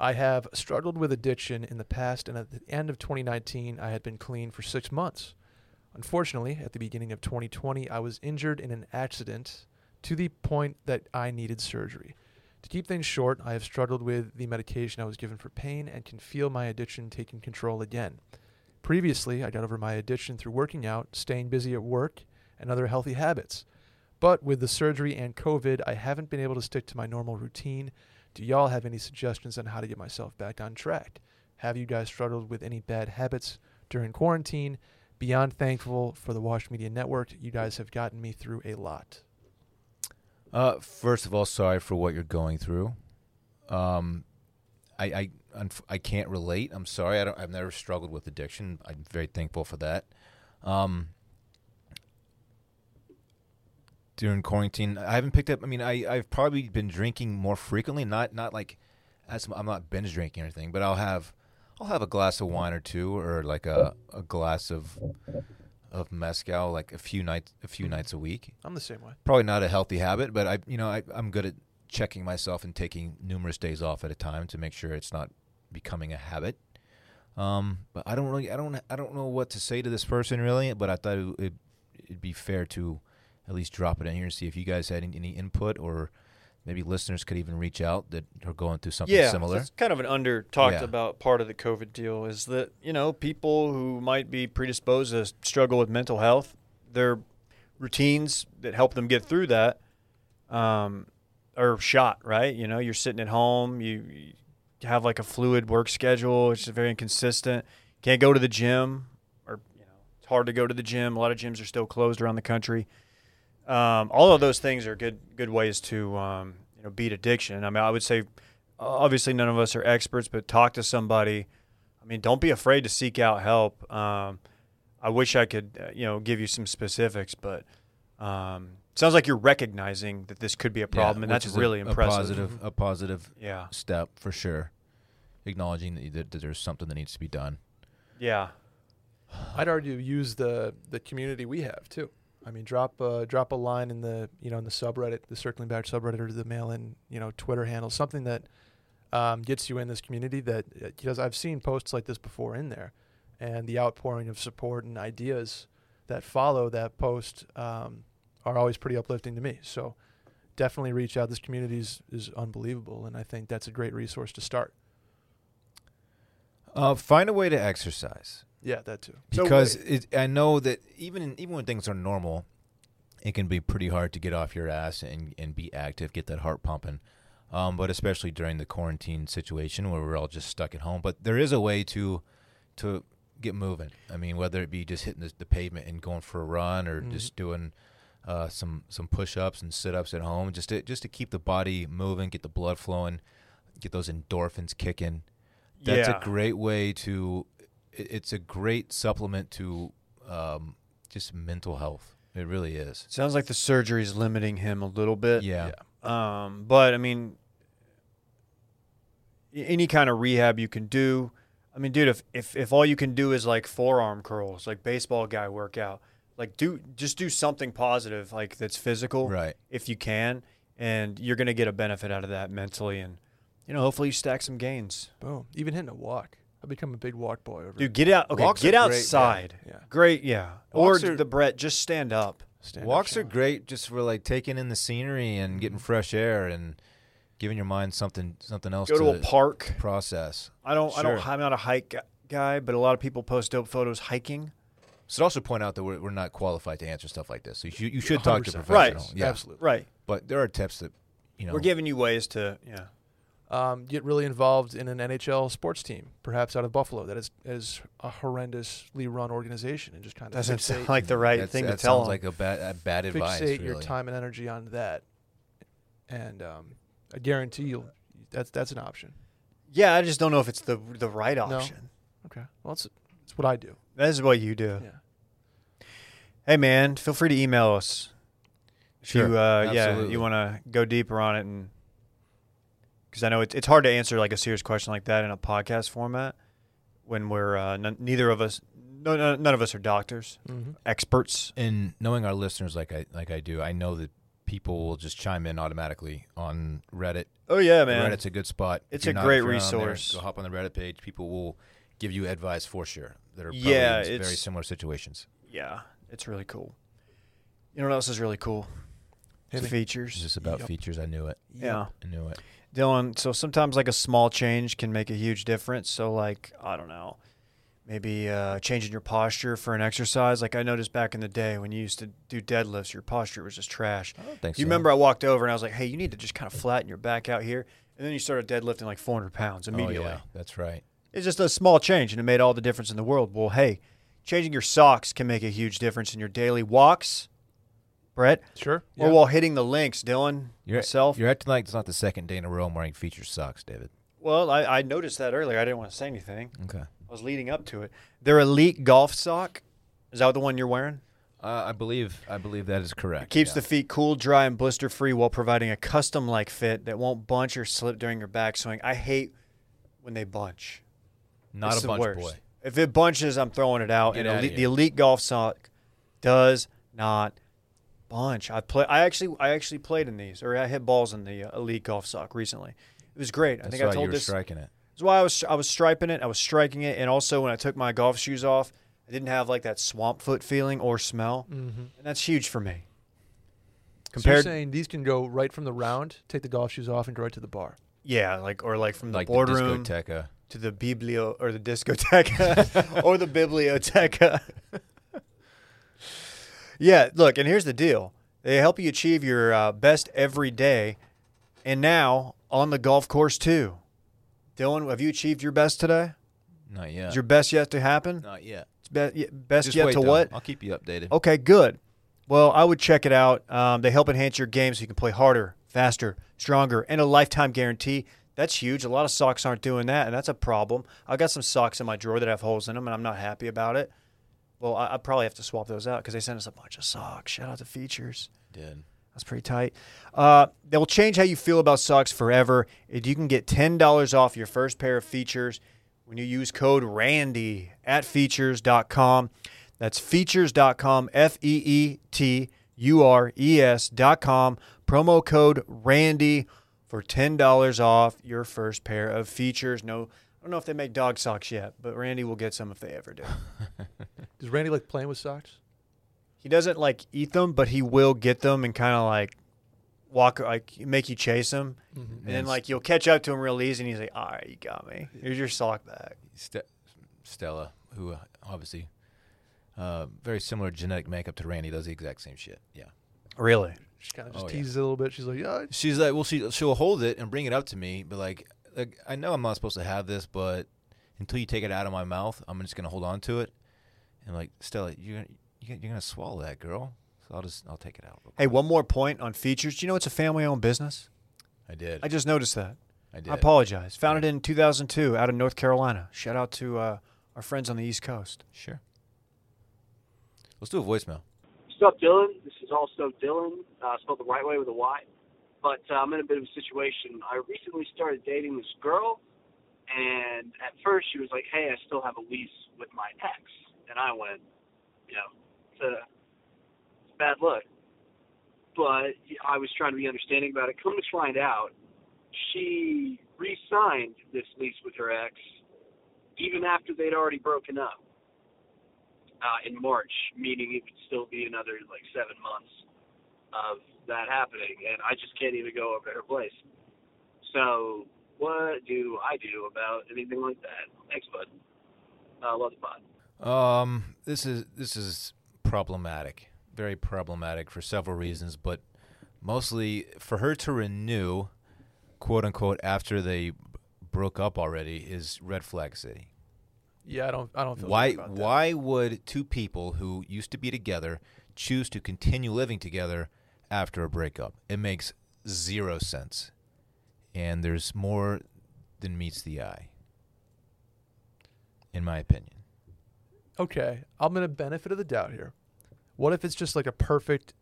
[SPEAKER 2] I have struggled with addiction in the past, and at the end of 2019, I had been clean for six months. Unfortunately, at the beginning of 2020, I was injured in an accident to the point that I needed surgery. To keep things short, I have struggled with the medication I was given for pain and can feel my addiction taking control again. Previously, I got over my addiction through working out, staying busy at work, and other healthy habits. But with the surgery and COVID, I haven't been able to stick to my normal routine. Do y'all have any suggestions on how to get myself back on track? Have you guys struggled with any bad habits during quarantine? Beyond thankful for the Wash Media Network, you guys have gotten me through a lot.
[SPEAKER 1] Uh, first of all, sorry for what you're going through. Um, I I unf- I can't relate. I'm sorry. I don't. I've never struggled with addiction. I'm very thankful for that. Um, during quarantine, I haven't picked up. I mean, I I've probably been drinking more frequently. Not not like as I'm not binge drinking or anything, but I'll have I'll have a glass of wine or two, or like a a glass of of mezcal, like a few nights a few nights a week
[SPEAKER 2] I'm the same way.
[SPEAKER 1] probably not a healthy habit, but I, you know, I, I'm good at checking myself and taking numerous days off at a time to make sure it's not becoming a habit. Um, but I don't really, I don't, I don't know what to say to this person really. But I thought it, it, it'd be fair to at least drop it in here and see if you guys had any, any input or maybe listeners could even reach out that are going through something
[SPEAKER 3] yeah,
[SPEAKER 1] similar.
[SPEAKER 3] That's kind of an under talked
[SPEAKER 1] Yeah.
[SPEAKER 3] about part of the COVID deal is that you know people who might be predisposed to struggle with mental health, their routines that help them get through that um, are shot. Right, you know, you're sitting at home, you, you have like a fluid work schedule, which is very inconsistent. Can't go to the gym, or you know, it's hard to go to the gym. A lot of gyms are still closed around the country. Um, all of those things are good good ways to um, you know beat addiction. I mean, I would say obviously none of us are experts, but talk to somebody. I mean, don't be afraid to seek out help. Um, I wish I could, uh, you know, give you some specifics, but um, sounds like you're recognizing that this could be a
[SPEAKER 1] Yeah,
[SPEAKER 3] problem, and
[SPEAKER 1] which
[SPEAKER 3] that's
[SPEAKER 1] is a-
[SPEAKER 3] really
[SPEAKER 1] a
[SPEAKER 3] impressive.
[SPEAKER 1] positive, a positive
[SPEAKER 3] Yeah,
[SPEAKER 1] step for sure. Acknowledging that, that, that there's something that needs to be done.
[SPEAKER 3] yeah,
[SPEAKER 2] I'd argue use the the community we have too. I mean, drop uh, drop a line in the you know in the subreddit, the circling back subreddit, or the mail in you know Twitter handle, something that um, gets you in this community. That because I've seen posts like this before in there, and the outpouring of support and ideas that follow that post um, are always pretty uplifting to me. So definitely reach out. This community is, is unbelievable, and I think that's a great resource to start.
[SPEAKER 1] Uh, find a way to exercise
[SPEAKER 2] Yeah, that too.
[SPEAKER 3] So
[SPEAKER 1] because it, I know that even in, even when things are normal, it can be pretty hard to get off your ass and, and be active, get that heart pumping. Um, but especially during the quarantine situation where we're all just stuck at home, but there is a way to to get moving. I mean, whether it be just hitting the, the pavement and going for a run, or
[SPEAKER 2] Mhm.
[SPEAKER 1] just doing uh, some some push ups and sit ups at home, just to just to keep the body moving, get the blood flowing, get those endorphins kicking. That's
[SPEAKER 3] Yeah.
[SPEAKER 1] a great way to. it- It's a great supplement to um, just mental health. It really is.
[SPEAKER 3] Sounds like the surgery is limiting him a little bit.
[SPEAKER 1] Yeah.
[SPEAKER 3] Um, but I mean, a- any kind of rehab you can do. I mean, dude, if, if if all you can do is like forearm curls, like baseball guy workout, like do just do something positive, like that's physical,
[SPEAKER 1] Right.
[SPEAKER 3] if you can, and you're gonna get a benefit out of that mentally, and you know, hopefully you stack some gains.
[SPEAKER 2] Boom. Even hitting a walk. I've become a big walk boy over.
[SPEAKER 3] Dude, get out. Okay,
[SPEAKER 1] Walks
[SPEAKER 3] get
[SPEAKER 1] are great, yeah.
[SPEAKER 3] outside.
[SPEAKER 2] Yeah.
[SPEAKER 3] Great, yeah.
[SPEAKER 1] Walks
[SPEAKER 3] or
[SPEAKER 1] are-
[SPEAKER 3] the Brett, just stand up.
[SPEAKER 2] stand-up
[SPEAKER 1] Walks are
[SPEAKER 2] shower.
[SPEAKER 1] great just for like taking in the scenery and getting
[SPEAKER 3] Mm-hmm.
[SPEAKER 1] fresh air and giving your mind something something else
[SPEAKER 3] Go to a
[SPEAKER 1] to
[SPEAKER 3] park.
[SPEAKER 1] process.
[SPEAKER 3] I don't. I don't.
[SPEAKER 1] Sure.
[SPEAKER 3] I'm not a hike gu- guy, but a lot of people post dope photos hiking.
[SPEAKER 1] Should also point out that we're, we're not qualified to answer stuff like this. So you, should- you should talk to a
[SPEAKER 2] 100%.
[SPEAKER 1] professional.
[SPEAKER 3] Right.
[SPEAKER 1] Yeah.
[SPEAKER 2] Absolutely.
[SPEAKER 3] Right.
[SPEAKER 1] But there are tips that you know.
[SPEAKER 3] We're giving you ways to. Yeah.
[SPEAKER 2] um, get really involved in an NHL sports team, perhaps out of Buffalo, that is is a horrendously run organization, and just kind of
[SPEAKER 3] Doesn't
[SPEAKER 2] fixate,
[SPEAKER 3] sound like the right
[SPEAKER 1] that's-
[SPEAKER 3] thing to
[SPEAKER 1] that
[SPEAKER 3] tell
[SPEAKER 1] sounds
[SPEAKER 3] them.
[SPEAKER 1] like a bad a bad advice.
[SPEAKER 2] fixate your
[SPEAKER 1] really.
[SPEAKER 2] time and energy on that. And um, I guarantee you'll that's that's an option.
[SPEAKER 3] yeah, I just don't know if it's the the right
[SPEAKER 2] No.
[SPEAKER 3] option.
[SPEAKER 2] Okay, well that's that's what I do.
[SPEAKER 3] That is what you do.
[SPEAKER 2] Yeah,
[SPEAKER 3] Hey, man, feel free to email us. If
[SPEAKER 1] Sure.
[SPEAKER 3] You, uh, yeah,
[SPEAKER 1] Absolutely.
[SPEAKER 3] you want to go deeper on it, and because I know it's it's hard to answer like a serious question like that in a podcast format when we're uh, n- neither of us, no, no, none of us are doctors,
[SPEAKER 2] mm-hmm.
[SPEAKER 3] experts.
[SPEAKER 1] and knowing our listeners like I like I do, I know that people will just chime in automatically on Reddit.
[SPEAKER 3] Oh yeah, man.
[SPEAKER 1] Reddit's a good spot. If
[SPEAKER 3] It's
[SPEAKER 1] you're
[SPEAKER 3] a
[SPEAKER 1] not-
[SPEAKER 3] great
[SPEAKER 1] if you're not on there,
[SPEAKER 3] resource.
[SPEAKER 1] go hop on the Reddit page. People will give you advice for sure that are probably
[SPEAKER 3] Yeah,
[SPEAKER 1] in s- very
[SPEAKER 3] it's-
[SPEAKER 1] similar situations.
[SPEAKER 3] Yeah, it's really cool. You know what else is really cool?
[SPEAKER 2] Hit
[SPEAKER 3] the
[SPEAKER 2] me.
[SPEAKER 1] It's
[SPEAKER 3] features.
[SPEAKER 1] just about
[SPEAKER 2] Yep.
[SPEAKER 1] features. I knew it.
[SPEAKER 3] Yeah.
[SPEAKER 1] I knew it.
[SPEAKER 3] Dylan, so sometimes like a small change can make a huge difference. So like, I don't know, maybe uh, changing your posture for an exercise. Like I noticed back in the day when you used to do deadlifts, your posture was just trash.
[SPEAKER 1] I don't think
[SPEAKER 3] You
[SPEAKER 1] so.
[SPEAKER 3] remember I walked over and I was like, hey, you need to just kind of flatten your back out here. And then you started deadlifting like 400 pounds immediately.
[SPEAKER 1] Oh, yeah, that's right.
[SPEAKER 3] It's just a small change and it made all the difference in the world. Well, hey, changing your socks can make a huge difference in your daily walks, Brett,
[SPEAKER 2] sure. yeah.
[SPEAKER 3] or while hitting the links, Dylan,
[SPEAKER 1] You're,
[SPEAKER 3] yourself.
[SPEAKER 1] you're acting like it's not the second day in a row I'm wearing feature socks, David.
[SPEAKER 3] well, I, I noticed that earlier. I didn't want to say anything.
[SPEAKER 1] Okay.
[SPEAKER 3] I was leading up to it. Their elite golf sock. Is that the one you're wearing?
[SPEAKER 1] Uh, I believe I believe that is correct.
[SPEAKER 3] Keeps
[SPEAKER 1] yeah.
[SPEAKER 3] the feet cool, dry, and blister free while providing a custom like fit that won't bunch or slip during your backswing. I hate when they bunch.
[SPEAKER 1] not
[SPEAKER 3] It's
[SPEAKER 1] a
[SPEAKER 3] the
[SPEAKER 1] bunch
[SPEAKER 3] worst.
[SPEAKER 1] boy.
[SPEAKER 3] If it bunches, I'm throwing it out.
[SPEAKER 1] Get
[SPEAKER 3] and
[SPEAKER 1] outta
[SPEAKER 3] elite, the
[SPEAKER 1] here.
[SPEAKER 3] elite golf sock does not bunch. I play. I actually, I actually played in these, or I hit balls in the uh, elite golf sock recently. It was great. I
[SPEAKER 1] That's
[SPEAKER 3] think
[SPEAKER 1] why
[SPEAKER 3] I
[SPEAKER 1] you
[SPEAKER 3] told
[SPEAKER 1] were
[SPEAKER 3] this.
[SPEAKER 1] striking it.
[SPEAKER 3] That's why I was I was striping it. I was striking it, and also when I took my golf shoes off, I didn't have like that swamp foot feeling or smell,
[SPEAKER 2] Mhm.
[SPEAKER 3] and that's huge for me.
[SPEAKER 2] so you're
[SPEAKER 3] Compared,
[SPEAKER 2] saying these can go right from the round, take the golf shoes off, and go right to the bar.
[SPEAKER 3] yeah, like or like from the
[SPEAKER 1] Like
[SPEAKER 3] boardroom
[SPEAKER 1] the discoteca.
[SPEAKER 3] to the biblio or the discoteca or the biblioteca. yeah, look, and here's the deal: they help you achieve your uh, best every day, and now on the golf course too. Dylan, have you achieved your best today?
[SPEAKER 1] Not yet.
[SPEAKER 3] Is your best yet to happen?
[SPEAKER 1] not yet.
[SPEAKER 3] It's be- ye- best
[SPEAKER 1] Just
[SPEAKER 3] yet
[SPEAKER 1] wait,
[SPEAKER 3] to
[SPEAKER 1] though.
[SPEAKER 3] what?
[SPEAKER 1] I'll keep you updated.
[SPEAKER 3] Okay, good. Well, I would check it out. Um, they help enhance your game so you can play harder, faster, stronger, and a lifetime guarantee. That's huge. A lot of socks aren't doing that, and that's a problem. I got some socks in my drawer that have holes in them, and I'm not happy about it. Well, I, I probably have to swap those out because they sent us a bunch of socks. Shout out to Features.
[SPEAKER 1] Did.
[SPEAKER 3] That's pretty tight. Uh, they'll change how you feel about socks forever. If you can get ten dollars off your first pair of features when you use code Randy at features.com. That's features.com, F E E T U R E S.com. Promo code Randy for ten dollars off your first pair of features. No, I don't know if they make dog socks yet, but Randy will get some if they ever do.
[SPEAKER 2] Does Randy like playing with socks?
[SPEAKER 3] He doesn't like eat them, but he will get them and kind of like walk like make you chase him, and then
[SPEAKER 1] Mm-hmm. Yes.
[SPEAKER 3] like you'll catch up to him real easy, and he's like, "All right, you got me. Here's your sock back."
[SPEAKER 1] Ste- Stella, who uh, obviously uh, very similar genetic makeup to Randy, does the exact same shit. Yeah.
[SPEAKER 3] Really?
[SPEAKER 2] She kind of just
[SPEAKER 1] Oh, yeah.
[SPEAKER 2] teases it a little bit. She's like, yeah,
[SPEAKER 1] She's like, well, she she'll hold it and bring it up to me, but like, like I know I'm not supposed to have this, but until you take it out of my mouth, I'm just gonna hold on to it. And like, Stella, you're gonna you're gonna swallow that, girl. So I'll just I'll take it out. real quick.
[SPEAKER 3] Hey, one more point on features. Do you know it's a family-owned business?
[SPEAKER 1] I did.
[SPEAKER 3] I just noticed that.
[SPEAKER 1] I did.
[SPEAKER 3] I apologize. Founded in 2002 out of North Carolina. Shout out to uh, our friends on the East Coast.
[SPEAKER 1] Sure. Let's do a voicemail.
[SPEAKER 5] What's up, Dylan? This is also Dylan, uh, spelled the right way with a Y. But uh, I'm in a bit of a situation. I recently started dating this girl, and at first she was like, "Hey, I still have a lease with my ex," and I went, "You know, it's a, it's a bad look." But I was trying to be understanding about it. Come to find out, she re-signed this lease with her ex, even after they'd already broken up uh, in March, meaning it would still be another like seven months of that happening, and I just can't even go over to her place. So, what do I do about anything like that? Thanks, bud. Uh, love the pod.
[SPEAKER 1] Um, this is this is problematic, very problematic for several reasons, but mostly for her to renew, quote unquote, after they b- broke up already is red flag city.
[SPEAKER 2] yeah, I don't, I don't feel
[SPEAKER 1] Why?
[SPEAKER 2] good about that.
[SPEAKER 1] Why would two people who used to be together choose to continue living together after a breakup? It makes zero sense, and there's more than meets the eye, in my opinion.
[SPEAKER 2] okay, I'm gonna benefit of the doubt here. What if it's just like a perfect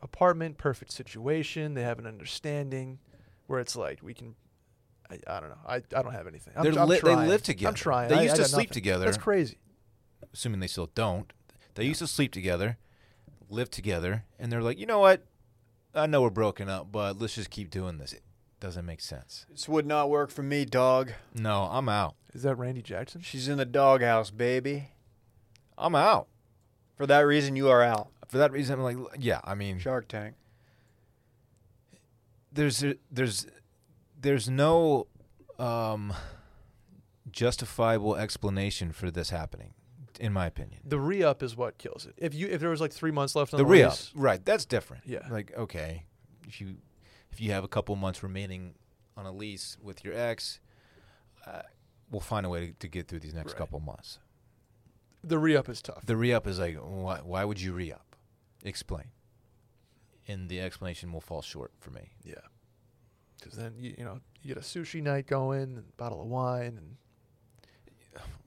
[SPEAKER 2] apartment, perfect situation? They have an understanding where it's like we can. I, I don't know. I, I don't have anything. I'm,
[SPEAKER 1] They're
[SPEAKER 2] I'm
[SPEAKER 1] li- they
[SPEAKER 2] trying.
[SPEAKER 1] live together.
[SPEAKER 2] I'm trying.
[SPEAKER 1] They
[SPEAKER 2] I-
[SPEAKER 1] used
[SPEAKER 2] I
[SPEAKER 1] to
[SPEAKER 2] got
[SPEAKER 1] sleep
[SPEAKER 2] nothing.
[SPEAKER 1] together.
[SPEAKER 2] That's crazy.
[SPEAKER 1] assuming they still don't, they used to sleep together, live together, and they're like, you know what? I know we're broken up, but let's just keep doing this. It doesn't make sense.
[SPEAKER 3] This would not work for me, dog.
[SPEAKER 1] No, I'm out.
[SPEAKER 2] Is that Randy Jackson?
[SPEAKER 3] She's in the doghouse, baby.
[SPEAKER 1] I'm out.
[SPEAKER 3] For that reason, you are out.
[SPEAKER 1] For that reason, I'm like, l- yeah. I mean,
[SPEAKER 3] Shark Tank.
[SPEAKER 1] there's there's there's no um, justifiable explanation for this happening, in my opinion.
[SPEAKER 2] The re-up is what kills it. If you if there was like three months left on
[SPEAKER 1] the
[SPEAKER 2] the,
[SPEAKER 1] real
[SPEAKER 2] lease-
[SPEAKER 1] right that's different
[SPEAKER 2] Yeah.
[SPEAKER 1] like okay if you if you have a couple months remaining on a lease with your ex uh, we'll find a way to, to get through these next
[SPEAKER 2] Right.
[SPEAKER 1] couple months
[SPEAKER 2] the re-up is tough.
[SPEAKER 1] the re-up is like why, why would you re-up explain and the explanation will fall short for me
[SPEAKER 2] yeah, because then you you know you get a sushi night going, and a bottle of wine, and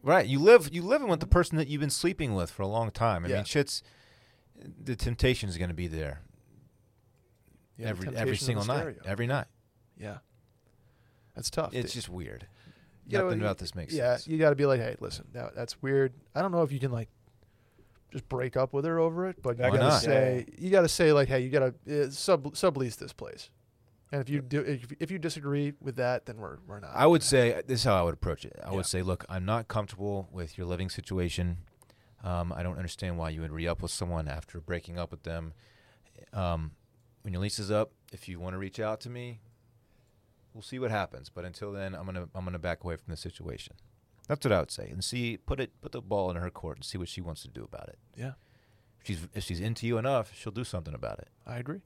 [SPEAKER 1] right you live you living with the person that you've been sleeping with for a long time i
[SPEAKER 2] Yeah.
[SPEAKER 1] mean shit's the temptation is going to be there
[SPEAKER 2] you know,
[SPEAKER 1] every
[SPEAKER 2] Temptations
[SPEAKER 1] every
[SPEAKER 2] of the
[SPEAKER 1] single night
[SPEAKER 2] Stereo.
[SPEAKER 1] every night
[SPEAKER 2] Yeah, that's tough.
[SPEAKER 1] it's
[SPEAKER 2] dude.
[SPEAKER 1] just weird
[SPEAKER 2] You know,
[SPEAKER 1] nothing
[SPEAKER 2] you-
[SPEAKER 1] about this makes
[SPEAKER 2] yeah,
[SPEAKER 1] sense
[SPEAKER 2] you got to be like, hey, listen, that, that's weird. I don't know if you can like just break up with her over it, but you
[SPEAKER 3] Why
[SPEAKER 2] got to
[SPEAKER 1] not?
[SPEAKER 2] say you got to say like, hey, you got to uh, sub sublease this place. And if you do, if, if you disagree with that, then we're we're not.
[SPEAKER 1] I would say this is how I would approach it. I
[SPEAKER 2] Yeah.
[SPEAKER 1] would say, look, I'm not comfortable with your living situation. Um, I don't understand why you would re-up with someone after breaking up with them. Um, when your lease is up, if you want to reach out to me, we'll see what happens. But until then, I'm gonna I'm gonna back away from the situation. That's what I would say, and see put it put the ball in her court and see what she wants to do about it.
[SPEAKER 2] Yeah,
[SPEAKER 1] If she's if she's into you enough, she'll do something about it.
[SPEAKER 2] I agree.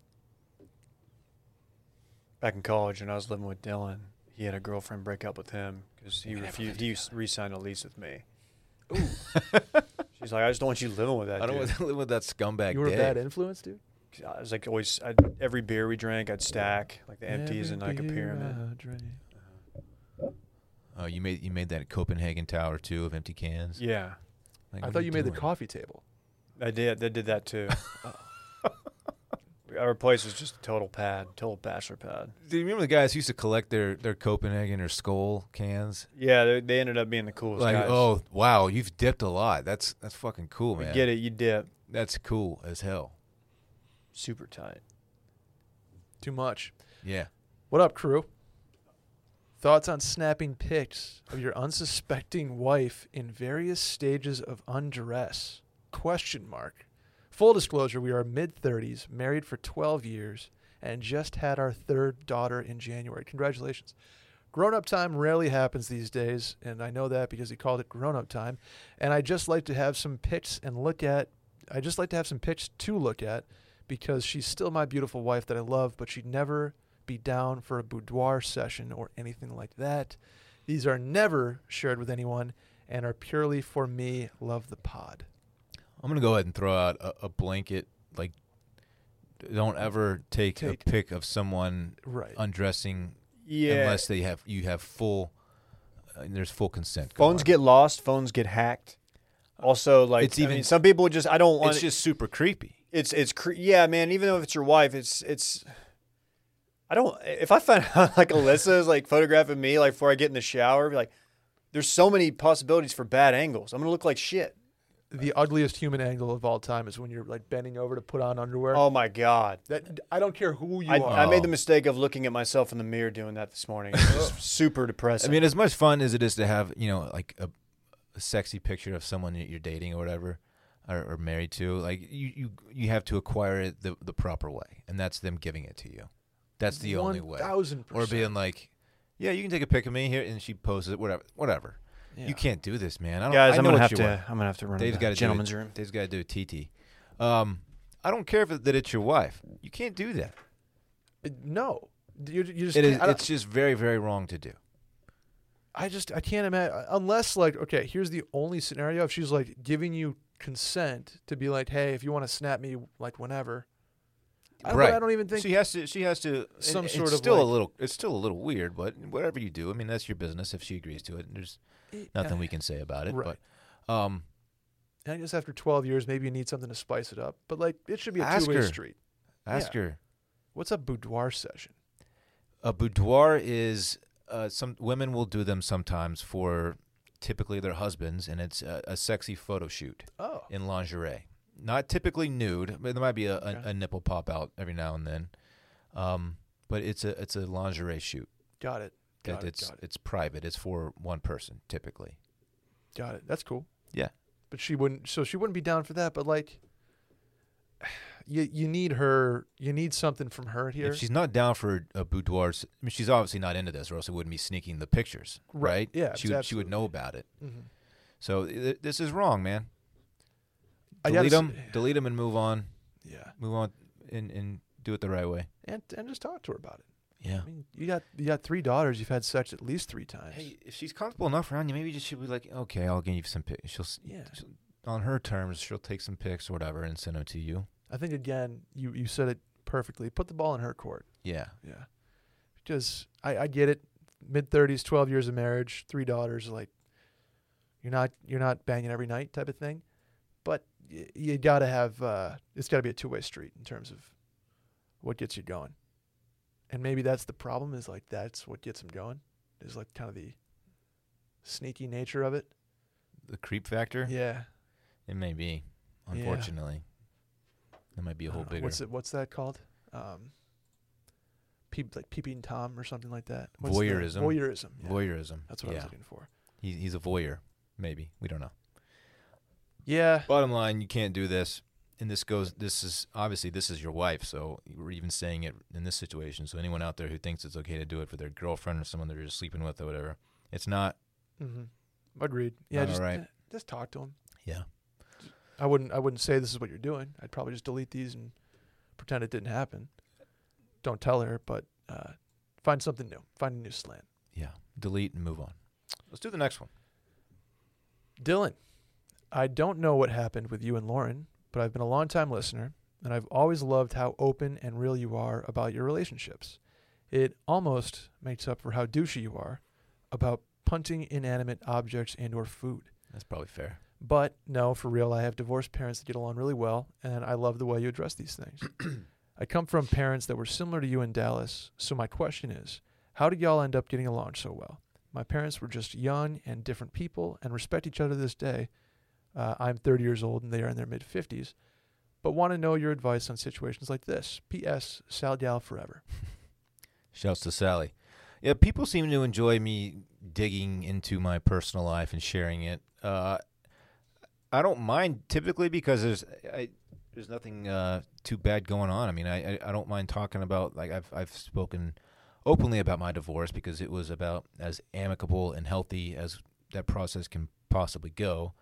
[SPEAKER 3] Back in college, when I was living with Dylan, he had a girlfriend break up with him because he refused. He re-signed a lease with me. Ooh. She's like, I just don't want you living with that.
[SPEAKER 1] I don't
[SPEAKER 3] dude."
[SPEAKER 1] want to live with that scumbag.
[SPEAKER 2] you were a
[SPEAKER 1] Dave.
[SPEAKER 2] bad influence, dude.
[SPEAKER 3] 'Cause I was like always. I'd, every beer we drank, I'd stack like the empties in like a pyramid.
[SPEAKER 1] Oh, you made you made that Copenhagen Tower too of empty cans.
[SPEAKER 3] Yeah,
[SPEAKER 1] Like,
[SPEAKER 2] I
[SPEAKER 1] what
[SPEAKER 2] thought
[SPEAKER 1] are
[SPEAKER 2] you made the
[SPEAKER 1] doing?
[SPEAKER 2] coffee table.
[SPEAKER 3] I did. They did that too. Our place was just a total pad, total bachelor pad.
[SPEAKER 1] Do you remember the guys who used to collect their, their Copenhagen or Skull cans?
[SPEAKER 3] Yeah, they, they ended up being the coolest
[SPEAKER 1] Like,
[SPEAKER 3] guys.
[SPEAKER 1] oh wow, you've dipped a lot. That's that's fucking cool,
[SPEAKER 3] we
[SPEAKER 1] man.
[SPEAKER 3] get it. You dip
[SPEAKER 1] That's cool as hell.
[SPEAKER 3] super tight.
[SPEAKER 2] Too much.
[SPEAKER 1] Yeah.
[SPEAKER 2] What up, crew? Thoughts on snapping pics of your unsuspecting wife in various stages of undress? Question mark. Full disclosure, we are mid 30s, married for 12 years, and just had our third daughter in January. Congratulations. Grown up time rarely happens these days, and I know that because he called it grown up time. And I just like to have some pics and look at, I just like to have some pics to look at because she's still my beautiful wife that I love, but she'd never be down for a boudoir session or anything like that. These are never shared with anyone and are purely for me. Love the pod.
[SPEAKER 1] I'm gonna go ahead and throw out a, a blanket like don't ever take,
[SPEAKER 2] Take-
[SPEAKER 1] a pic of someone
[SPEAKER 2] Right.
[SPEAKER 1] undressing
[SPEAKER 3] Yeah.
[SPEAKER 1] unless they have you have full uh, and there's full consent. going
[SPEAKER 3] phones
[SPEAKER 1] on.
[SPEAKER 3] get lost, phones get hacked. Also, like
[SPEAKER 1] It's
[SPEAKER 3] I
[SPEAKER 1] even-
[SPEAKER 3] mean, some people just I don't want
[SPEAKER 1] it's just super creepy.
[SPEAKER 3] it's it's cre- yeah, man. Even though if it's your wife, it's it's. I don't. If I find out like Alyssa is like photographing me like before I get in the shower, be like, there's so many possibilities for bad angles. I'm gonna look like shit.
[SPEAKER 2] the ugliest human angle of all time is when you're like bending over to put on underwear.
[SPEAKER 3] Oh my god.
[SPEAKER 2] That I don't care who you
[SPEAKER 3] I,
[SPEAKER 2] are.
[SPEAKER 3] I made the mistake of looking at myself in the mirror doing that this morning. It's just super
[SPEAKER 1] I
[SPEAKER 3] depressing.
[SPEAKER 1] mean, as much fun as it is to have you know like a, a sexy picture of someone that you're dating or whatever, or, or married to, like you, you you have to acquire it the the proper way, and that's them giving it to you. That's the only way.
[SPEAKER 2] 1000%.
[SPEAKER 1] Or being like, yeah, you can take a pic of me here, and she posts it, whatever, whatever.
[SPEAKER 2] Yeah.
[SPEAKER 1] You can't do this, man. I don't,
[SPEAKER 3] guys,
[SPEAKER 1] I
[SPEAKER 3] I'm
[SPEAKER 1] know
[SPEAKER 3] gonna
[SPEAKER 1] what
[SPEAKER 3] have
[SPEAKER 1] you
[SPEAKER 3] to.
[SPEAKER 1] want.
[SPEAKER 3] I'm gonna have to run
[SPEAKER 1] Dave's
[SPEAKER 3] to
[SPEAKER 1] got
[SPEAKER 3] the
[SPEAKER 1] to
[SPEAKER 3] gentleman's
[SPEAKER 1] do,
[SPEAKER 3] room.
[SPEAKER 1] Dave's got to do a TT. Um, I don't care if that it's your wife. You can't do that.
[SPEAKER 2] It- no. You, you just
[SPEAKER 1] It is.
[SPEAKER 2] can't- I don't-
[SPEAKER 1] It's just very, very wrong to do.
[SPEAKER 2] I just I can't imagine unless like okay, here's the only scenario if she's like giving you consent to be like, hey, if you want to snap me like whenever. I, Uh, but
[SPEAKER 1] right.
[SPEAKER 2] I don't even think
[SPEAKER 1] she has to. She has to. and
[SPEAKER 2] Some
[SPEAKER 1] it's
[SPEAKER 2] sort of,
[SPEAKER 1] still a
[SPEAKER 2] like-
[SPEAKER 1] little. It's still a little weird, but whatever you do, I mean, that's your business. If she agrees to it, there's nothing we can say about it.
[SPEAKER 2] Right.
[SPEAKER 1] But um,
[SPEAKER 2] And I guess after 12 years, maybe you need something to spice it up. But like it should be a
[SPEAKER 1] Ask
[SPEAKER 2] two-way
[SPEAKER 1] her.
[SPEAKER 2] street.
[SPEAKER 1] ask
[SPEAKER 2] Yeah.
[SPEAKER 1] her.
[SPEAKER 2] What's a boudoir session?
[SPEAKER 1] A boudoir is uh, some women will do them sometimes for typically their husbands, and it's a, a sexy photo shoot
[SPEAKER 2] Oh,
[SPEAKER 1] in lingerie. Not typically nude, but there might be a,
[SPEAKER 2] Okay.
[SPEAKER 1] a, a nipple pop out every now and then. Um, but it's a it's a lingerie shoot.
[SPEAKER 2] got it. Got it.
[SPEAKER 1] it's
[SPEAKER 2] Got it.
[SPEAKER 1] it's private. It's for one person typically.
[SPEAKER 2] Got it. That's cool.
[SPEAKER 1] Yeah.
[SPEAKER 2] But she wouldn't. So she wouldn't be down for that. But like, you you need her. You need something from her here.
[SPEAKER 1] If she's not down for a boudoir, s- I mean, she's obviously not into this, or else it wouldn't be sneaking the pictures,
[SPEAKER 2] Right.
[SPEAKER 1] right?
[SPEAKER 2] Yeah,
[SPEAKER 1] she would, she would
[SPEAKER 2] absolutely.
[SPEAKER 1] know about it.
[SPEAKER 2] Mhm.
[SPEAKER 1] So th- this is wrong, man.
[SPEAKER 2] I gotta
[SPEAKER 1] Delete them,
[SPEAKER 2] s-
[SPEAKER 1] delete them, and move on.
[SPEAKER 2] Yeah.
[SPEAKER 1] Move on, and and do it the right way.
[SPEAKER 2] And and just talk to her about it.
[SPEAKER 1] Yeah.
[SPEAKER 2] I mean, you got you got three daughters. You've had sex at least three times.
[SPEAKER 1] Hey, if she's comfortable enough around you, maybe you just should be like, okay, I'll give you some pics. She'll, s-
[SPEAKER 2] Yeah.
[SPEAKER 1] she'll on her terms, she'll take some pics or whatever and send them to you.
[SPEAKER 2] I think again, you you said it perfectly. Put the ball in her court.
[SPEAKER 1] Yeah.
[SPEAKER 2] Yeah. Because I, I get it. Mid thirties, twelve years of marriage, three daughters, like you're not you're not banging every night type of thing. But y- you gotta have uh, it's gotta be a two way street in terms of what gets you going. And maybe that's the problem is like that's what gets them going is like kind of the sneaky nature of it.
[SPEAKER 1] The creep factor.
[SPEAKER 2] Yeah.
[SPEAKER 1] It may be,
[SPEAKER 2] Yeah.
[SPEAKER 1] unfortunately. That might be a
[SPEAKER 2] I
[SPEAKER 1] whole
[SPEAKER 2] don't know.
[SPEAKER 1] bigger.
[SPEAKER 2] What's it? What's that called? Um, peep, like peeping tom or something like that. the-
[SPEAKER 1] Voyeurism.
[SPEAKER 2] voyeurism. yeah.
[SPEAKER 1] Voyeurism.
[SPEAKER 2] That's what
[SPEAKER 1] yeah.
[SPEAKER 2] I was looking for.
[SPEAKER 1] He's, he's a voyeur, maybe. We don't know.
[SPEAKER 2] Yeah.
[SPEAKER 1] Bottom line, you can't do this. And this goes, this is obviously, this is your wife. So we're even saying it in this situation. So anyone out there who thinks it's okay to do it for their girlfriend or someone they're just sleeping with or whatever, it's not.
[SPEAKER 2] Mm-hmm. Agreed. Yeah.
[SPEAKER 1] Not
[SPEAKER 2] Just,
[SPEAKER 1] alright.
[SPEAKER 2] eh, just talk to him.
[SPEAKER 1] Yeah.
[SPEAKER 2] I wouldn't. I wouldn't say this is what you're doing. I'd probably just delete these and pretend it didn't happen. Don't tell her, but uh, find something new. Find a new slant.
[SPEAKER 1] Yeah. Delete and move on. Let's do the next one.
[SPEAKER 2] Dylan, I don't know what happened with you and Lauren, but I've been a longtime listener, and I've always loved how open and real you are about your relationships. It almost makes up for how douchey you are about punting inanimate objects and/or food.
[SPEAKER 1] That's probably fair.
[SPEAKER 2] But no, for real, I have divorced parents that get along really well, and I love the way you address these things. I come from parents that were similar to you in Dallas, so my question is how did y'all end up getting along so well? My parents were just young and different people and respect each other to this day. Uh, I'm 30 years old and they are in their mid 50s, but want to know your advice on situations like this. P.S. Sal Gal forever.
[SPEAKER 1] Shouts to Sally. Yeah, people seem to enjoy me digging into my personal life and sharing it. Uh, I don't mind typically because there's I, there's nothing uh, too bad going on. I mean, I, I I don't mind talking about like I've I've spoken openly about my divorce because it was about as amicable and healthy as that process can possibly go.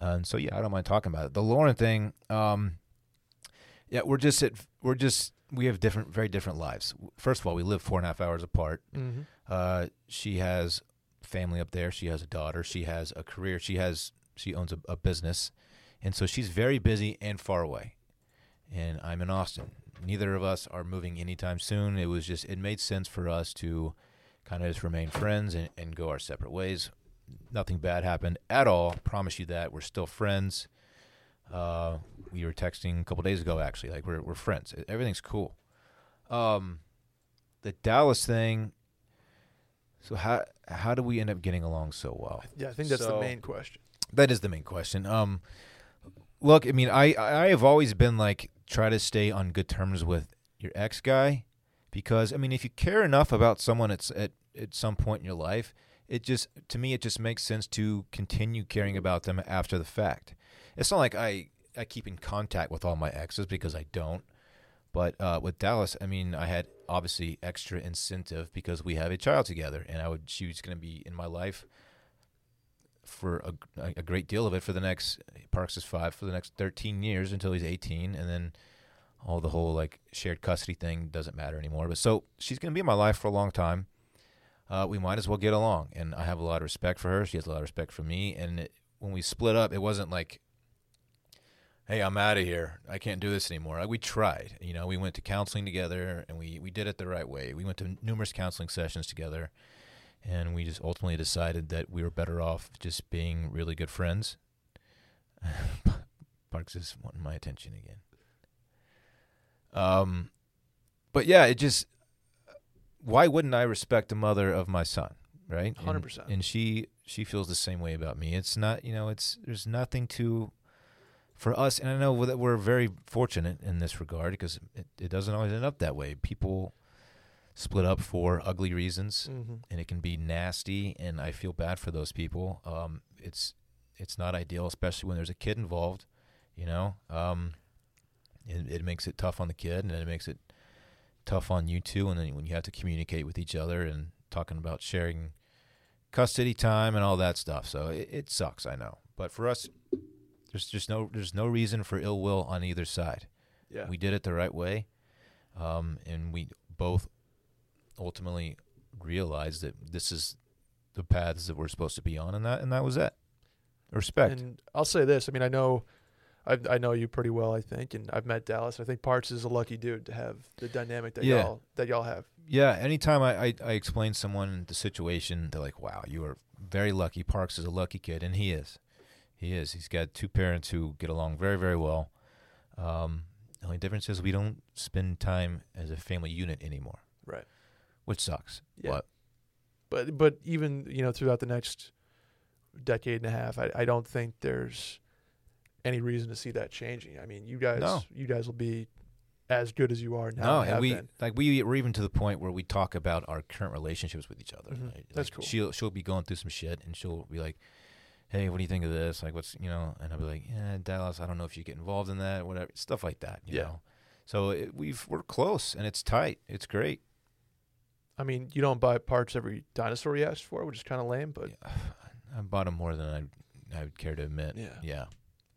[SPEAKER 1] And so yeah, I don't mind talking about it. The Lauren thing, um, yeah, we're just at we're just we have different very different lives. First of all, we live four and a half hours apart.
[SPEAKER 2] Mm-hmm.
[SPEAKER 1] Uh, she has family up there. She has a daughter. She has a career. She has she owns a, a business, and so she's very busy and far away. And I'm in Austin. Neither of us are moving anytime soon. It was just it made sense for us to kind of just remain friends and, and go our separate ways. Nothing bad happened at all. Promise you that. We're still friends. Uh, we were texting a couple days ago actually. Like we're we're friends. Everything's cool. Um, the Dallas thing. So how how do we end up getting along so well?
[SPEAKER 2] Yeah, I think that's
[SPEAKER 1] So-
[SPEAKER 2] the main question.
[SPEAKER 1] That is the main question. Um, look, I mean, I I have always been like try to stay on good terms with your ex guy, because I mean, if you care enough about someone, it's at at some point in your life, it just to me it just makes sense to continue caring about them after the fact. It's not like I I keep in contact with all my exes because I don't. But uh, with Dallas, I mean, I had obviously extra incentive because we have a child together, and I would she was going to be in my life for a, a great deal of it for the next Parks is five for the next 13 years until he's 18, and then all the whole like shared custody thing doesn't matter anymore. But so she's gonna be in my life for a long time. Uh, we might as well get along, and I have a lot of respect for her. She has a lot of respect for me. And it, when we split up, it wasn't like, "Hey, I'm out of here. I can't do this anymore." Like, we tried. You know, we went to counseling together, and we we did it the right way. We went to numerous counseling sessions together and we just ultimately decided that we were better off just being really good friends. Parks is wanting my attention again. Um, but yeah, it just why wouldn't I respect the mother of my son, right? And-
[SPEAKER 2] 100%.
[SPEAKER 1] And she she feels the same way about me. It's not you know it's there's nothing to for us, and I know that we're very fortunate in this regard because it, it doesn't always end up that way. People split up for ugly reasons
[SPEAKER 2] Mm-hmm.
[SPEAKER 1] and it can be nasty and i feel bad for those people um, it's it's not ideal especially when there's a kid involved you know um, it, it makes it tough on the kid and it makes it tough on you too and then when you have to communicate with each other and talking about sharing custody time and all that stuff so it, it sucks i know but for us there's just no there's no reason for ill will on either side
[SPEAKER 2] Yeah.
[SPEAKER 1] we did it the right way, um, and we both ultimately realized that this is the paths that we're supposed to be on, and that and that was it. Respect.
[SPEAKER 2] And I'll say this: I mean, I know, I I know you pretty well, I think, and I've met Dallas. I think Parts is a lucky dude to have the dynamic that
[SPEAKER 1] Yeah.
[SPEAKER 2] y'all that y'all have.
[SPEAKER 1] yeah. Anytime I, I I explain someone the situation, they're like, "Wow, you are very lucky." Parks is a lucky kid, and he is. He is. He's got two parents who get along very very well. Um, the only difference is we don't spend time as a family unit anymore.
[SPEAKER 2] Right.
[SPEAKER 1] Which sucks.
[SPEAKER 2] Yeah.
[SPEAKER 1] But
[SPEAKER 2] But but even you know throughout the next decade and a half, I, I don't think there's any reason to see that changing. I mean, you guys
[SPEAKER 1] No.
[SPEAKER 2] you guys will be as good as you are now.
[SPEAKER 1] No,
[SPEAKER 2] and
[SPEAKER 1] and
[SPEAKER 2] have
[SPEAKER 1] we
[SPEAKER 2] been.
[SPEAKER 1] like we we're even to the point where we talk about our current relationships with each other.
[SPEAKER 2] Mhm.
[SPEAKER 1] Like,
[SPEAKER 2] That's
[SPEAKER 1] like,
[SPEAKER 2] cool.
[SPEAKER 1] She'll she'll be going through some shit, and she'll be like, "Hey, what do you think of this? Like, what's you know?" And I'll be like, "Yeah, Dallas, I don't know if you get involved in that, whatever stuff like that." You
[SPEAKER 2] Yeah.
[SPEAKER 1] know? So it, we've we're close, and it's tight. It's great.
[SPEAKER 2] I mean, you don't buy Parts every dinosaur he asked for, which is kind of lame, but
[SPEAKER 1] Yeah. I bought him more than I I would care to admit.
[SPEAKER 2] Yeah.
[SPEAKER 1] Yeah.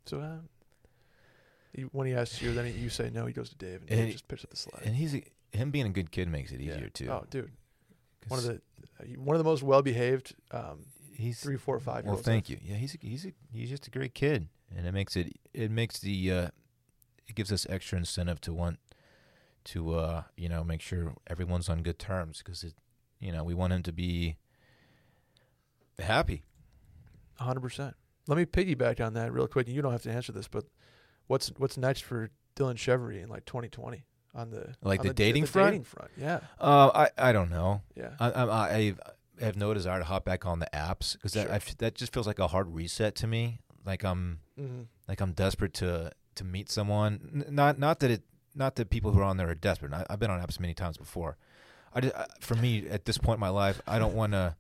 [SPEAKER 2] so. Uh, he- when he asks you, then he- you say no. He goes to Dave, and,
[SPEAKER 1] And
[SPEAKER 2] he
[SPEAKER 1] he-
[SPEAKER 2] just picks up the slide.
[SPEAKER 1] And he's a, him being a good kid makes it
[SPEAKER 2] Yeah.
[SPEAKER 1] easier too.
[SPEAKER 2] Oh, dude,
[SPEAKER 1] 'cause
[SPEAKER 2] one of the uh, one of the most well behaved um,
[SPEAKER 1] he's
[SPEAKER 2] three, four, five.
[SPEAKER 1] Well, thank you. Yeah, he's a, he's a, he's just a great kid, and it makes it it makes the uh, it gives us extra incentive to want to uh, you know make sure everyone's on good terms because it you know we want him to be happy.
[SPEAKER 2] One hundred percent. Let me piggyback on that real quick, and you don't have to answer this, but what's what's next for Dylan Chevry in like twenty twenty on the
[SPEAKER 1] Like
[SPEAKER 2] on
[SPEAKER 1] the dating front?
[SPEAKER 2] dating front, yeah,
[SPEAKER 1] Uh, I I don't know.
[SPEAKER 2] yeah.
[SPEAKER 1] I I, I have no desire to hop back on the apps because that
[SPEAKER 2] Sure.
[SPEAKER 1] I f that just feels like a hard reset to me. Like I'm
[SPEAKER 2] hmm
[SPEAKER 1] like I'm desperate to to meet someone. N- Not not that it not that people who are on there are desperate. I, I've been on apps many times before. I, just, I for me at this point in my life, I don't want to.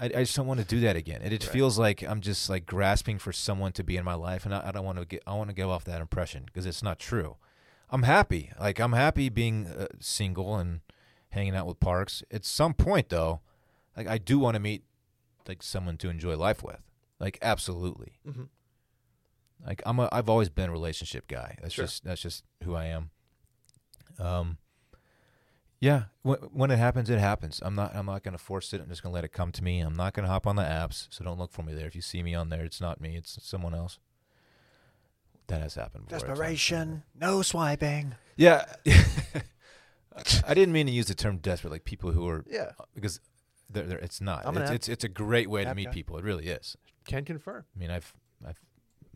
[SPEAKER 1] I, I just don't want to do that again. It, it
[SPEAKER 3] Right.
[SPEAKER 1] feels like I'm just like grasping for someone to be in my life, and I, I don't want to get. I want to give off that impression because it's not true. I'm happy. Like I'm happy being uh, single and hanging out with Parks. At some point, though, like I do want to meet like someone to enjoy life with. Like absolutely.
[SPEAKER 2] Mhm.
[SPEAKER 1] Like I'm a. I've always been a relationship guy. That's
[SPEAKER 2] Sure.
[SPEAKER 1] just that's just who I am. Um. Yeah, when, when it happens, it happens. I'm not. I'm not going to force it. I'm just going to let it come to me. I'm not going to hop on the apps, so don't look for me there. If you see me on there, it's not me. It's someone else. That has happened. Before. It's not-
[SPEAKER 3] Desperation, no swiping.
[SPEAKER 1] Yeah. I didn't mean to use the term desperate, like people who are
[SPEAKER 2] Yeah,
[SPEAKER 1] because they're, they're, it's not.
[SPEAKER 2] I'm an
[SPEAKER 1] It's,
[SPEAKER 2] app-
[SPEAKER 1] it's it's a great way to
[SPEAKER 2] app
[SPEAKER 1] meet
[SPEAKER 2] guy.
[SPEAKER 1] people. It really is.
[SPEAKER 2] can confirm.
[SPEAKER 1] I mean, I've I've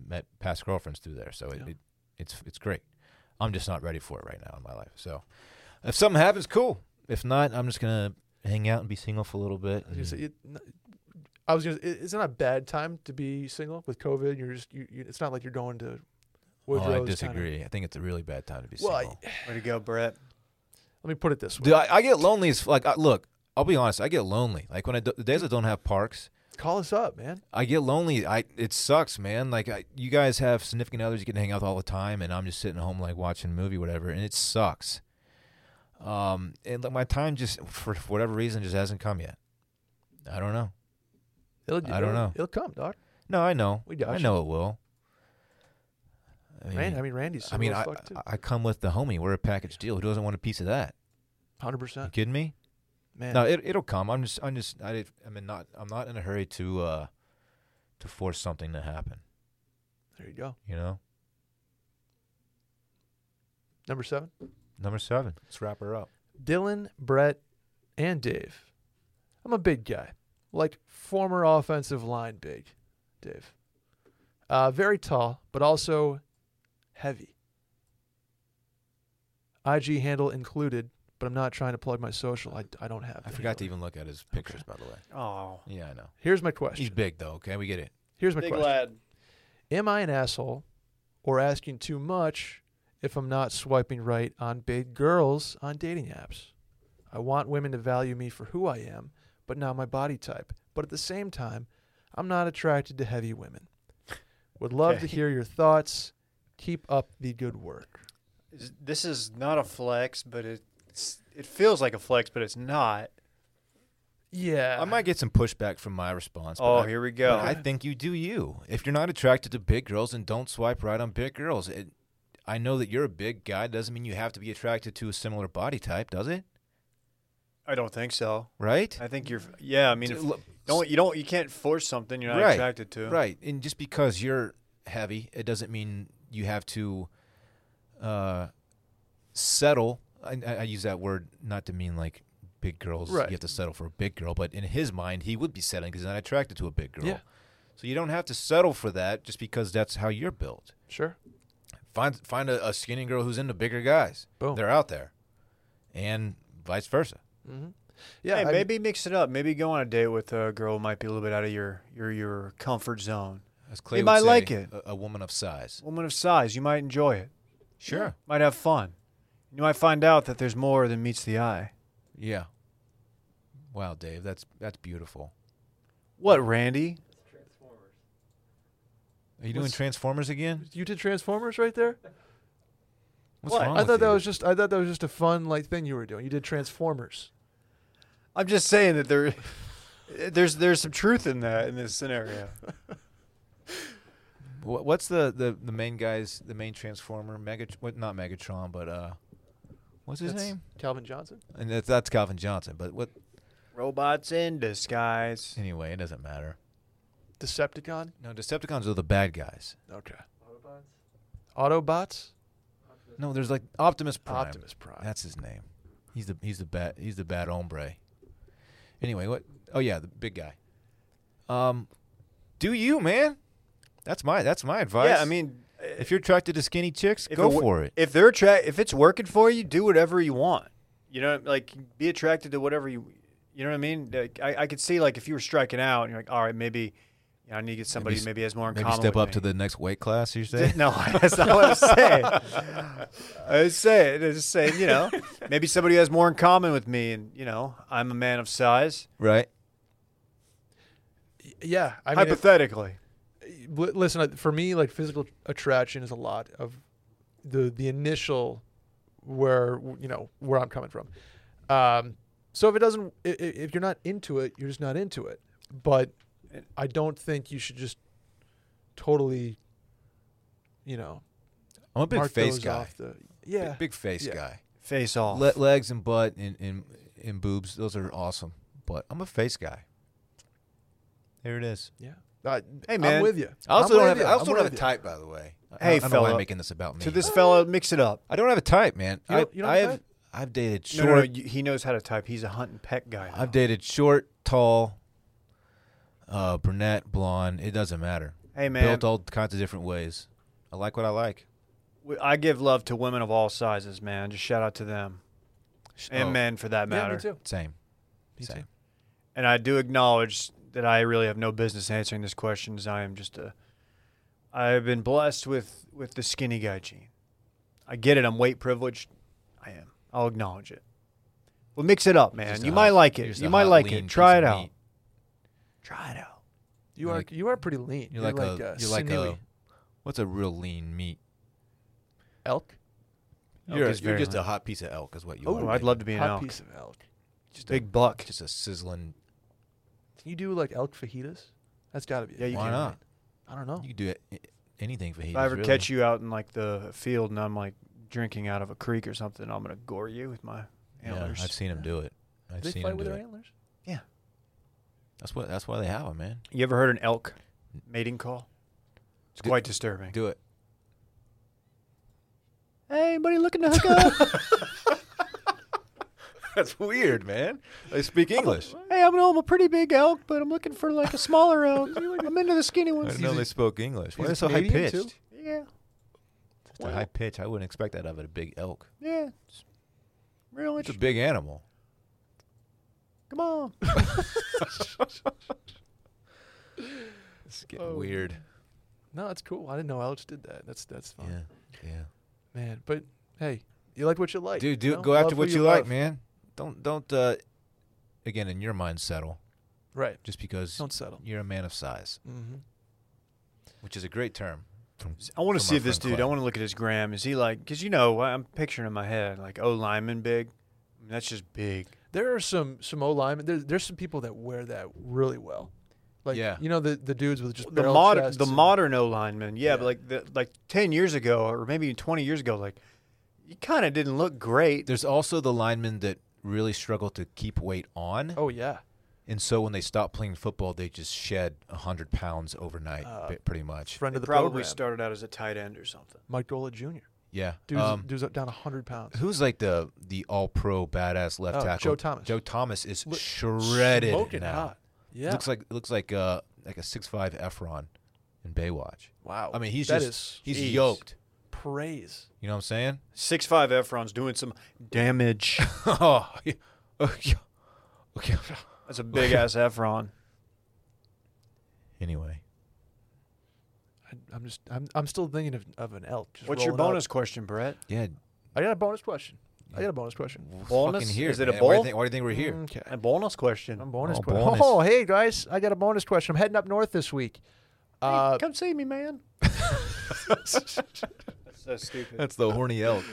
[SPEAKER 1] met past girlfriends through there, so it,
[SPEAKER 3] Yeah.
[SPEAKER 1] it it's it's great. I'm just not ready for it right now in my life. So if something happens, cool. If not, I'm just gonna hang out and be single for a little bit.
[SPEAKER 2] I was gonna say,
[SPEAKER 1] and-
[SPEAKER 2] it, n- I was gonna. It, it's not a bad time to be single with COVID. You're just. You, you, it's not like you're going to.
[SPEAKER 1] oh,
[SPEAKER 2] Woodrow's
[SPEAKER 1] I
[SPEAKER 2] kinda-
[SPEAKER 1] disagree. I think it's a really bad time to be
[SPEAKER 2] Well, I-
[SPEAKER 1] single.
[SPEAKER 3] Way to go, Brett.
[SPEAKER 2] let me put it this way.
[SPEAKER 1] Dude, I, I get lonely as like I, look. I'll be honest. I get lonely. Like when I do, the days I don't have parks,
[SPEAKER 2] Call us up, man.
[SPEAKER 1] I get lonely. I it sucks, man. Like I, you guys have significant others you can hang out with all the time, and I'm just sitting home like watching a movie, whatever, and it sucks. Um, and like my time just for whatever reason just hasn't come yet. I don't know.
[SPEAKER 2] It'll,
[SPEAKER 1] I don't
[SPEAKER 2] it'll-
[SPEAKER 1] know.
[SPEAKER 2] It'll come, dog.
[SPEAKER 1] No, I know.
[SPEAKER 2] We got
[SPEAKER 1] I
[SPEAKER 2] you.
[SPEAKER 1] know it will. I mean,
[SPEAKER 2] Rand, I mean, Randy's.
[SPEAKER 1] I mean, I,
[SPEAKER 2] single as fuck, too.
[SPEAKER 1] I, come with the homie. We're a package deal. Who doesn't want a piece of that?
[SPEAKER 2] hundred
[SPEAKER 1] You
[SPEAKER 2] percent,
[SPEAKER 1] kidding me?
[SPEAKER 2] man.
[SPEAKER 1] No, it it'll come. I'm just I'm just I I'm in not I'm not in a hurry to uh to force something to happen.
[SPEAKER 2] there you go.
[SPEAKER 1] You know.
[SPEAKER 2] Number seven.
[SPEAKER 1] Number seven. Let's wrap her up.
[SPEAKER 2] Dylan, Brett, and Dave. I'm a big guy, like former offensive line big, Dave. Uh, very tall, but also heavy. IG handle included, but I'm not trying to plug my social. I, I don't have.
[SPEAKER 1] I
[SPEAKER 2] the
[SPEAKER 1] forgot to
[SPEAKER 2] handle.
[SPEAKER 1] even look at his pictures, by the way.
[SPEAKER 3] Oh,
[SPEAKER 1] Yeah, I know.
[SPEAKER 2] Here's my question.
[SPEAKER 1] He's big though. Okay, we get it.
[SPEAKER 2] Here's my question.
[SPEAKER 3] lad.
[SPEAKER 2] Am I an asshole or asking too much if I'm not swiping right on big girls on dating apps? I want women to value me for who I am, but not my body type. But at the same time, I'm not attracted to heavy women. Would love to
[SPEAKER 3] Okay.
[SPEAKER 2] hear your thoughts. Keep up the good work.
[SPEAKER 3] Is- This is not a flex, but it's it feels like a flex, but it's not.
[SPEAKER 2] Yeah.
[SPEAKER 1] I might get some pushback from my response. but
[SPEAKER 3] Uh, Oh,
[SPEAKER 1] I,
[SPEAKER 3] here we
[SPEAKER 1] but
[SPEAKER 3] go.
[SPEAKER 1] I think you do you. If you're not attracted to big girls, and don't swipe right on big girls. It, I know that you're a big guy. Doesn't mean you have to be attracted to a similar body type, does it?
[SPEAKER 3] I don't think so.
[SPEAKER 1] Right?
[SPEAKER 3] I think you're. Yeah, I mean,
[SPEAKER 1] Dude,
[SPEAKER 3] if,
[SPEAKER 1] look,
[SPEAKER 3] don't you don't you can't force something you're not
[SPEAKER 1] Right,
[SPEAKER 3] attracted to.
[SPEAKER 1] Right. And just because you're heavy, it doesn't mean you have to uh, settle. I, I I use that word not to mean like big girls.
[SPEAKER 2] Right.
[SPEAKER 1] You have to settle for a big girl, but in his mind, he would be settling because he's not attracted to a big girl.
[SPEAKER 2] Yeah.
[SPEAKER 1] So you don't have to settle for that just because that's how you're built.
[SPEAKER 2] Sure.
[SPEAKER 1] Find find a, a skinny girl who's into bigger guys.
[SPEAKER 2] Boom.
[SPEAKER 1] They're out there, and vice versa.
[SPEAKER 2] hmm Yeah.
[SPEAKER 3] hey,
[SPEAKER 2] I-
[SPEAKER 3] maybe mix it up. Maybe go on a date with a girl who might be a little bit out of your your your comfort zone.
[SPEAKER 1] As Clay
[SPEAKER 3] They
[SPEAKER 1] would
[SPEAKER 3] might
[SPEAKER 1] say,
[SPEAKER 3] like it.
[SPEAKER 1] A, a woman of size.
[SPEAKER 3] Woman of size, you might enjoy it.
[SPEAKER 1] Sure.
[SPEAKER 3] Might have fun. You might find out that there's more than meets the eye.
[SPEAKER 1] Yeah. Wow, Dave, that's that's beautiful.
[SPEAKER 3] What, Randy?
[SPEAKER 1] Are you doing
[SPEAKER 2] What's-
[SPEAKER 1] Transformers again?
[SPEAKER 2] You did Transformers right there?
[SPEAKER 1] What's
[SPEAKER 3] What?
[SPEAKER 1] wrong?
[SPEAKER 2] I
[SPEAKER 1] with
[SPEAKER 2] thought that
[SPEAKER 1] you?
[SPEAKER 2] was just I thought that was just a fun like thing you were doing. You did Transformers.
[SPEAKER 3] I'm just saying that there, there's there's some truth in that in this scenario.
[SPEAKER 1] Wha- What's the, the, the main guy's the main Transformer Mega? What not Megatron, but uh, what's his
[SPEAKER 2] That's
[SPEAKER 1] name?
[SPEAKER 2] Calvin Johnson?
[SPEAKER 1] And that's, that's Calvin Johnson. But what?
[SPEAKER 3] Robots in disguise.
[SPEAKER 1] Anyway, it doesn't matter.
[SPEAKER 2] Decepticon?
[SPEAKER 1] No, Decepticons are the bad guys.
[SPEAKER 2] Okay. Autobots?
[SPEAKER 1] No, there's like Optimus Prime.
[SPEAKER 2] Optimus Prime.
[SPEAKER 1] That's his name. He's the he's the bad he's the bad hombre. Anyway, what? Oh yeah, the big guy. Um, do you man? That's my that's my advice.
[SPEAKER 3] Yeah, I mean,
[SPEAKER 1] if you're attracted to skinny chicks, go
[SPEAKER 3] wo-
[SPEAKER 1] for it.
[SPEAKER 3] If they're attra- if it's working for you, do whatever you want. You know, like be attracted to whatever you. You know what I mean? Like, I, I could see like if you were striking out, and you're like, all right, maybe you know, I need to get somebody
[SPEAKER 1] Maybe s-
[SPEAKER 3] who maybe has more in
[SPEAKER 1] Maybe
[SPEAKER 3] common.
[SPEAKER 1] step
[SPEAKER 3] with
[SPEAKER 1] up
[SPEAKER 3] me.
[SPEAKER 1] to the next weight class. You say?
[SPEAKER 3] No, that's not what I'm saying. I was saying, I was saying, you know, maybe somebody has more in common with me, and you know, I'm a man of size.
[SPEAKER 1] right?
[SPEAKER 2] yeah, I mean, if-
[SPEAKER 3] Hypothetically,
[SPEAKER 2] li- listen uh, for me, like physical attraction is a lot of the the initial where you know where I'm coming from. Um, so if it doesn't, i- i- if you're not into it, you're just not into it. But I don't think you should just totally, you know,
[SPEAKER 1] I'm a big
[SPEAKER 2] mark
[SPEAKER 1] face
[SPEAKER 2] those
[SPEAKER 1] guy.
[SPEAKER 2] off the yeah.
[SPEAKER 1] Big, big face
[SPEAKER 2] Yeah.
[SPEAKER 1] guy.
[SPEAKER 3] face off.
[SPEAKER 1] Le- legs and butt and, and and boobs, those are awesome. But I'm a face guy. There it is.
[SPEAKER 2] Yeah. I,
[SPEAKER 3] Hey, man.
[SPEAKER 2] I'm with you.
[SPEAKER 1] I also
[SPEAKER 2] I'm
[SPEAKER 1] don't have.
[SPEAKER 2] with you.
[SPEAKER 1] I also
[SPEAKER 2] I'm
[SPEAKER 1] don't have
[SPEAKER 2] with
[SPEAKER 1] a
[SPEAKER 2] you.
[SPEAKER 1] type, by the way. I-
[SPEAKER 3] Hey,
[SPEAKER 1] I don't know why I'm
[SPEAKER 3] fella.
[SPEAKER 1] making this about me.
[SPEAKER 3] To this fella, mix it up.
[SPEAKER 1] I don't have a type, man.
[SPEAKER 2] You don't-
[SPEAKER 1] I,
[SPEAKER 2] you don't
[SPEAKER 1] I
[SPEAKER 2] have a
[SPEAKER 1] have.
[SPEAKER 2] type?
[SPEAKER 1] I've dated
[SPEAKER 3] No,
[SPEAKER 1] short.
[SPEAKER 3] no, no, you- he knows how to type. He's a hunt and peck guy. now.
[SPEAKER 1] I've dated short, tall, uh, brunette, blonde. It doesn't matter.
[SPEAKER 3] Hey, man.
[SPEAKER 1] built all kinds of different ways. I like what I like.
[SPEAKER 3] We- I give love to women of all sizes, man. Just shout out to them
[SPEAKER 1] Sh-
[SPEAKER 3] and
[SPEAKER 1] oh,
[SPEAKER 3] men for that
[SPEAKER 2] Yeah,
[SPEAKER 3] matter.
[SPEAKER 2] me too.
[SPEAKER 1] Same.
[SPEAKER 2] Me
[SPEAKER 1] Same.
[SPEAKER 2] too.
[SPEAKER 3] And I do acknowledge that I really have no business answering this question, as I am just a. I've been blessed with with the skinny guy gene. I get it. I'm weight privileged. I am. I'll acknowledge it. Well, mix it up, man.
[SPEAKER 1] Just
[SPEAKER 3] You
[SPEAKER 1] a
[SPEAKER 3] might
[SPEAKER 1] hot-
[SPEAKER 3] like
[SPEAKER 1] just
[SPEAKER 3] it.
[SPEAKER 1] a
[SPEAKER 3] You might
[SPEAKER 1] hot,
[SPEAKER 3] like
[SPEAKER 1] lean
[SPEAKER 3] it. Try
[SPEAKER 1] piece
[SPEAKER 3] it
[SPEAKER 1] of
[SPEAKER 3] out.
[SPEAKER 1] meat.
[SPEAKER 3] Try it out.
[SPEAKER 2] You
[SPEAKER 1] You're
[SPEAKER 2] are
[SPEAKER 1] like-
[SPEAKER 2] you are pretty lean.
[SPEAKER 1] You're like, a,
[SPEAKER 2] uh,
[SPEAKER 1] you're like
[SPEAKER 2] sinewy
[SPEAKER 1] a what's a real lean meat?
[SPEAKER 2] elk.
[SPEAKER 3] Elk
[SPEAKER 1] You're,
[SPEAKER 3] is
[SPEAKER 1] you're
[SPEAKER 3] very
[SPEAKER 1] just
[SPEAKER 3] lean.
[SPEAKER 1] a hot piece of elk, is what you
[SPEAKER 2] Oh,
[SPEAKER 1] are.
[SPEAKER 3] Ooh, I'd love to be an
[SPEAKER 2] Hot
[SPEAKER 3] elk.
[SPEAKER 2] piece of elk.
[SPEAKER 1] just a,
[SPEAKER 3] Big buck.
[SPEAKER 1] just a sizzling.
[SPEAKER 2] Can you do like elk fajitas? That's got to be. it.
[SPEAKER 3] Yeah, you
[SPEAKER 1] Why
[SPEAKER 3] can.
[SPEAKER 1] not?
[SPEAKER 2] I don't know.
[SPEAKER 1] You can do it, i- anything for heat.
[SPEAKER 3] If I ever catch you out in like the field and I'm like drinking out of a creek or something, I'm gonna gore you with my
[SPEAKER 1] yeah,
[SPEAKER 3] antlers.
[SPEAKER 1] I've seen him do it. I've
[SPEAKER 2] Do they
[SPEAKER 1] seen
[SPEAKER 2] fight
[SPEAKER 1] him
[SPEAKER 2] with
[SPEAKER 1] do
[SPEAKER 2] their
[SPEAKER 1] it.
[SPEAKER 2] antlers?
[SPEAKER 1] That's what. That's why they have him, man.
[SPEAKER 3] You ever heard an elk mating call? It's
[SPEAKER 1] Do-
[SPEAKER 3] quite disturbing.
[SPEAKER 1] Do it.
[SPEAKER 3] hey, anybody looking to hook up?
[SPEAKER 1] That's weird, man. They speak English.
[SPEAKER 3] hey, I'm, I'm a pretty big elk, but I'm looking for like a smaller elk. I'm into the skinny
[SPEAKER 1] I
[SPEAKER 3] ones.
[SPEAKER 1] didn't know they spoke English. Why
[SPEAKER 2] he's
[SPEAKER 1] is it so high
[SPEAKER 2] Canadian, too?
[SPEAKER 1] pitched?
[SPEAKER 3] Yeah,
[SPEAKER 1] It's a high pitch. I wouldn't expect that of a big elk.
[SPEAKER 3] yeah. It's real
[SPEAKER 1] It's a
[SPEAKER 3] interesting.
[SPEAKER 1] big animal.
[SPEAKER 3] Come on.
[SPEAKER 1] It's getting
[SPEAKER 2] Oh.
[SPEAKER 1] weird.
[SPEAKER 2] No, that's cool. I didn't know elks did that. That's that's fun,
[SPEAKER 1] Yeah, yeah.
[SPEAKER 2] man. But hey, you like what you like,
[SPEAKER 1] Dude,
[SPEAKER 2] you
[SPEAKER 1] do
[SPEAKER 2] know?
[SPEAKER 1] go after
[SPEAKER 2] Love
[SPEAKER 1] what
[SPEAKER 2] who
[SPEAKER 1] you like,
[SPEAKER 2] love.
[SPEAKER 1] man. Don't don't. uh Again, in your mind, settle
[SPEAKER 2] Right.
[SPEAKER 1] just because
[SPEAKER 2] Don't settle.
[SPEAKER 1] you're a man of size,
[SPEAKER 2] Mm-hmm.
[SPEAKER 1] which is a great term. From,
[SPEAKER 3] I want to
[SPEAKER 1] from
[SPEAKER 3] see
[SPEAKER 1] our
[SPEAKER 3] if this
[SPEAKER 1] friend
[SPEAKER 3] dude. I
[SPEAKER 1] Clay.
[SPEAKER 3] want to look at his gram. Is he like? Because you know, I- I'm picturing in my head like O lineman big. I mean, that's just big.
[SPEAKER 2] There are some some O linemen. There's there's some people that wear that really well. Like
[SPEAKER 1] Yeah.
[SPEAKER 2] you know the the dudes with just
[SPEAKER 3] the
[SPEAKER 2] barrel
[SPEAKER 3] modern
[SPEAKER 2] chests
[SPEAKER 3] the
[SPEAKER 2] and-
[SPEAKER 3] modern O lineman, yeah,
[SPEAKER 2] Yeah.
[SPEAKER 3] but like the, like ten years ago or maybe even twenty years ago, like you kind of didn't look great.
[SPEAKER 1] There's also the linemen that really struggle to keep weight on,
[SPEAKER 2] Oh yeah.
[SPEAKER 1] and so when they stop playing football, they just shed hundred pounds overnight,
[SPEAKER 2] Uh,
[SPEAKER 1] bi- pretty much.
[SPEAKER 2] Friend of the
[SPEAKER 3] probably
[SPEAKER 2] program,
[SPEAKER 3] started out as a tight end or something.
[SPEAKER 2] Mike Dola Jr.
[SPEAKER 1] Yeah.
[SPEAKER 2] Dude's,
[SPEAKER 1] um,
[SPEAKER 2] dude's up down hundred pounds.
[SPEAKER 1] Who's like the the all pro badass left
[SPEAKER 2] Oh,
[SPEAKER 1] tackle?
[SPEAKER 2] Joe Thomas.
[SPEAKER 1] Joe Thomas is
[SPEAKER 2] Look-
[SPEAKER 1] shredded
[SPEAKER 2] Smoking
[SPEAKER 1] now.
[SPEAKER 2] hot. Yeah.
[SPEAKER 1] Looks like looks like uh like a six five Efron in Baywatch.
[SPEAKER 2] wow.
[SPEAKER 1] I mean he's
[SPEAKER 2] That
[SPEAKER 1] just
[SPEAKER 2] is
[SPEAKER 1] he's
[SPEAKER 3] jeez.
[SPEAKER 1] yoked.
[SPEAKER 2] praise.
[SPEAKER 1] You know what I'm saying?
[SPEAKER 3] Six five Efron's doing some damage.
[SPEAKER 1] oh, yeah. Oh, yeah. okay.
[SPEAKER 3] That's a big ass Efron.
[SPEAKER 1] Anyway,
[SPEAKER 2] I, I'm just I'm I'm still thinking of, of an elk. Just
[SPEAKER 3] What's your
[SPEAKER 2] rolling up.
[SPEAKER 3] bonus question, Brett?
[SPEAKER 1] yeah.
[SPEAKER 2] I got a bonus question. I got a bonus question.
[SPEAKER 1] we're
[SPEAKER 3] Bonus?
[SPEAKER 1] Fucking here,
[SPEAKER 3] Is it a
[SPEAKER 1] man. Why do you
[SPEAKER 3] bowl?
[SPEAKER 1] think, why do you think we're here?
[SPEAKER 2] Okay.
[SPEAKER 3] A bonus question.
[SPEAKER 2] I'm bonus
[SPEAKER 1] Oh,
[SPEAKER 2] question.
[SPEAKER 1] bonus.
[SPEAKER 2] Oh, hey guys, I got a bonus question. I'm heading up north this week.
[SPEAKER 3] Hey,
[SPEAKER 2] Uh,
[SPEAKER 3] come see me, man. That's so stupid.
[SPEAKER 1] That's the horny elk.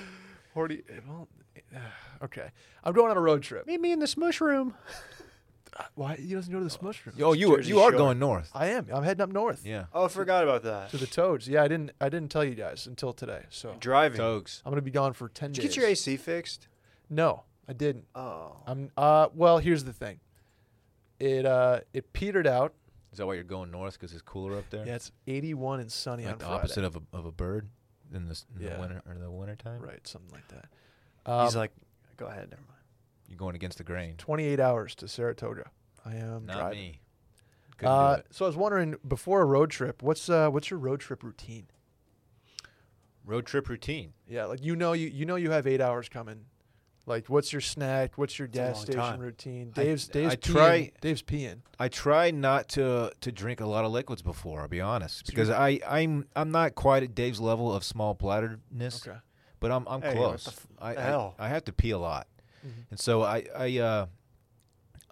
[SPEAKER 2] Horty- well, eh, okay. I'm going on a road trip.
[SPEAKER 3] Meet me in the smush room.
[SPEAKER 2] Why he doesn't go to the smush room?
[SPEAKER 1] Oh, you are,
[SPEAKER 3] Jersey
[SPEAKER 1] you are
[SPEAKER 3] Shore.
[SPEAKER 1] going north.
[SPEAKER 2] I am. I'm heading up north.
[SPEAKER 1] Yeah.
[SPEAKER 3] Oh, I forgot about that.
[SPEAKER 2] To the Toads. Yeah, I didn't. I didn't tell you guys until today. So
[SPEAKER 3] Driving.
[SPEAKER 1] Togs.
[SPEAKER 2] I'm gonna be gone for ten
[SPEAKER 3] Did you
[SPEAKER 2] days.
[SPEAKER 3] get your AC fixed?
[SPEAKER 2] No, I didn't.
[SPEAKER 3] Oh.
[SPEAKER 2] I'm. Uh. Well, here's the thing. It uh. It petered out.
[SPEAKER 1] Is that why you're going north? Because it's cooler up there.
[SPEAKER 2] Yeah, it's 81 and sunny
[SPEAKER 1] Like
[SPEAKER 2] on
[SPEAKER 1] the
[SPEAKER 2] Friday.
[SPEAKER 1] opposite of a of a bird in, this, in
[SPEAKER 2] Yeah.
[SPEAKER 1] the winter or the winter time.
[SPEAKER 2] Right, something like that.
[SPEAKER 3] He's
[SPEAKER 2] Um,
[SPEAKER 3] like, go ahead. Never mind.
[SPEAKER 1] You're going against the grain.
[SPEAKER 2] 28 hours to Saratoga. I am
[SPEAKER 1] Not
[SPEAKER 2] driving.
[SPEAKER 1] me. Couldn't
[SPEAKER 2] Uh,
[SPEAKER 1] do it.
[SPEAKER 2] so I was wondering before a road trip, what's uh, what's your road trip routine?
[SPEAKER 1] Road trip routine.
[SPEAKER 2] Yeah, like you know you you know you have eight hours coming. Like, what's your snack? What's your
[SPEAKER 3] a
[SPEAKER 2] gas
[SPEAKER 3] long
[SPEAKER 2] station
[SPEAKER 3] time.
[SPEAKER 2] routine?
[SPEAKER 1] I-
[SPEAKER 2] Dave's Dave's
[SPEAKER 1] I
[SPEAKER 2] peeing.
[SPEAKER 1] try-
[SPEAKER 2] Dave's peeing.
[SPEAKER 1] I try not to to drink a lot of liquids before. I'll be honest,
[SPEAKER 2] So
[SPEAKER 1] because
[SPEAKER 2] you're-
[SPEAKER 1] I I'm I'm not quite at Dave's level of small bladderedness,
[SPEAKER 2] Okay.
[SPEAKER 1] but I'm I'm
[SPEAKER 3] Hey, what the
[SPEAKER 1] close.
[SPEAKER 3] f-
[SPEAKER 1] I-
[SPEAKER 3] the
[SPEAKER 1] I-
[SPEAKER 2] Mm-hmm.
[SPEAKER 3] hell?
[SPEAKER 1] I have to pee a lot, and so I I uh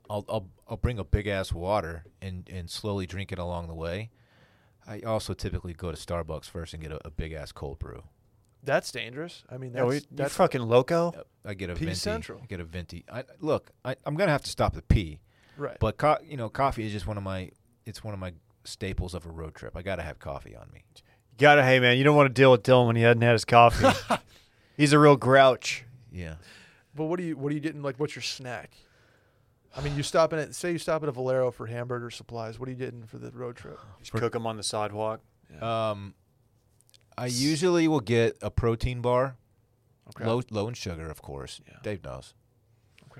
[SPEAKER 1] I'll I'll, I'll bring a big ass water and and slowly drink it along the way. I also typically go to Starbucks first and get a, a big ass cold brew.
[SPEAKER 2] That's dangerous. I mean,
[SPEAKER 3] Yeah,
[SPEAKER 2] that's,
[SPEAKER 3] we, you
[SPEAKER 2] that's
[SPEAKER 3] fucking loco.
[SPEAKER 1] Uh, I get a
[SPEAKER 2] Pea
[SPEAKER 1] venti.
[SPEAKER 2] Central.
[SPEAKER 1] I get a venti. I, look, I, I'm gonna have to stop at pee,
[SPEAKER 2] right.
[SPEAKER 1] but co- you know, coffee is just one of my. It's one of my staples of a road trip. I gotta have coffee on me.
[SPEAKER 3] Gotta, hey man, you don't want to deal with Dylan when he hadn't had his coffee. He's a real grouch.
[SPEAKER 1] Yeah.
[SPEAKER 2] But what do you what are you getting like what's your snack? I mean, you stop in at say you stop at a Valero for hamburger supplies. What are you getting for the road trip?
[SPEAKER 3] Just cook him on the sidewalk.
[SPEAKER 1] Um, I usually will get a protein bar,
[SPEAKER 2] Okay.
[SPEAKER 1] low low in sugar, of course.
[SPEAKER 2] Yeah.
[SPEAKER 1] Dave knows.
[SPEAKER 2] Okay.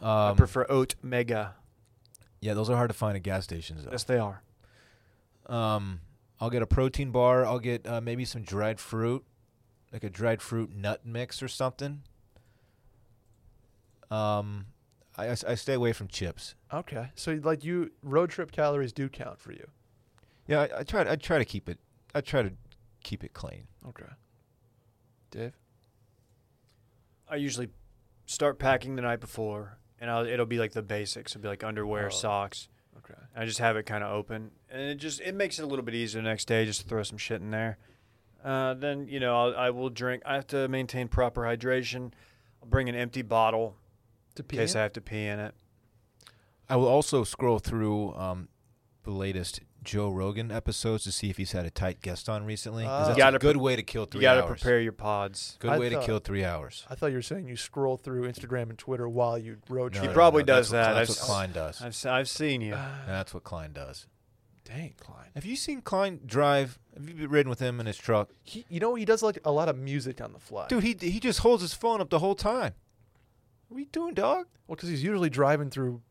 [SPEAKER 1] Um,
[SPEAKER 3] I prefer oat mega.
[SPEAKER 1] yeah, those are hard to find at gas stations.
[SPEAKER 3] Yes,
[SPEAKER 1] Though.
[SPEAKER 3] they are.
[SPEAKER 1] Um, I'll get a protein bar. I'll get uh, maybe some dried fruit, like a dried fruit nut mix or something. Um, I, I s- I stay away from chips.
[SPEAKER 2] Okay. So like you road trip calories do count for you.
[SPEAKER 1] Yeah, I, I try. I try to keep it. I try to keep it clean.
[SPEAKER 2] Okay. Dave?
[SPEAKER 3] I usually start packing the night before, and I'll, it'll be like the basics. It'll be like underwear,
[SPEAKER 2] Oh.
[SPEAKER 3] socks.
[SPEAKER 2] Okay.
[SPEAKER 3] I just have it kind of open, and it just it makes it a little bit easier the next day just to throw some shit in there. Uh, then you know I'll, I will drink. I have to maintain proper hydration. I'll bring an empty bottle
[SPEAKER 2] To
[SPEAKER 3] in case I have to pee in it.
[SPEAKER 1] I will also scroll through um, the latest Joe Rogan episodes to see if he's had a tight guest on recently. 'cause
[SPEAKER 2] Ah.
[SPEAKER 1] that's
[SPEAKER 3] Gotta
[SPEAKER 1] a good
[SPEAKER 3] pre-
[SPEAKER 1] way to kill three
[SPEAKER 3] you got to
[SPEAKER 1] hours.
[SPEAKER 3] prepare your pods.
[SPEAKER 1] Good
[SPEAKER 2] I
[SPEAKER 1] way
[SPEAKER 2] thought-
[SPEAKER 1] to kill three hours.
[SPEAKER 2] I thought you were saying you scroll through Instagram and Twitter while you road
[SPEAKER 1] No,
[SPEAKER 3] He
[SPEAKER 2] trip.
[SPEAKER 1] no,
[SPEAKER 3] probably
[SPEAKER 1] no,
[SPEAKER 3] does
[SPEAKER 1] that's
[SPEAKER 3] that.
[SPEAKER 1] What, that's
[SPEAKER 3] I've
[SPEAKER 1] what
[SPEAKER 3] s-
[SPEAKER 1] Klein does.
[SPEAKER 3] I've s- I've seen you.
[SPEAKER 2] Ah,
[SPEAKER 1] That's what Klein does.
[SPEAKER 2] dang, Klein.
[SPEAKER 1] Have you seen Klein drive? Have you been ridden with him in his truck?
[SPEAKER 2] He, you know he does like a lot of music on the fly.
[SPEAKER 1] Dude, he he just holds his phone up the whole time. What are you doing, dog?
[SPEAKER 2] Well, because he's usually driving through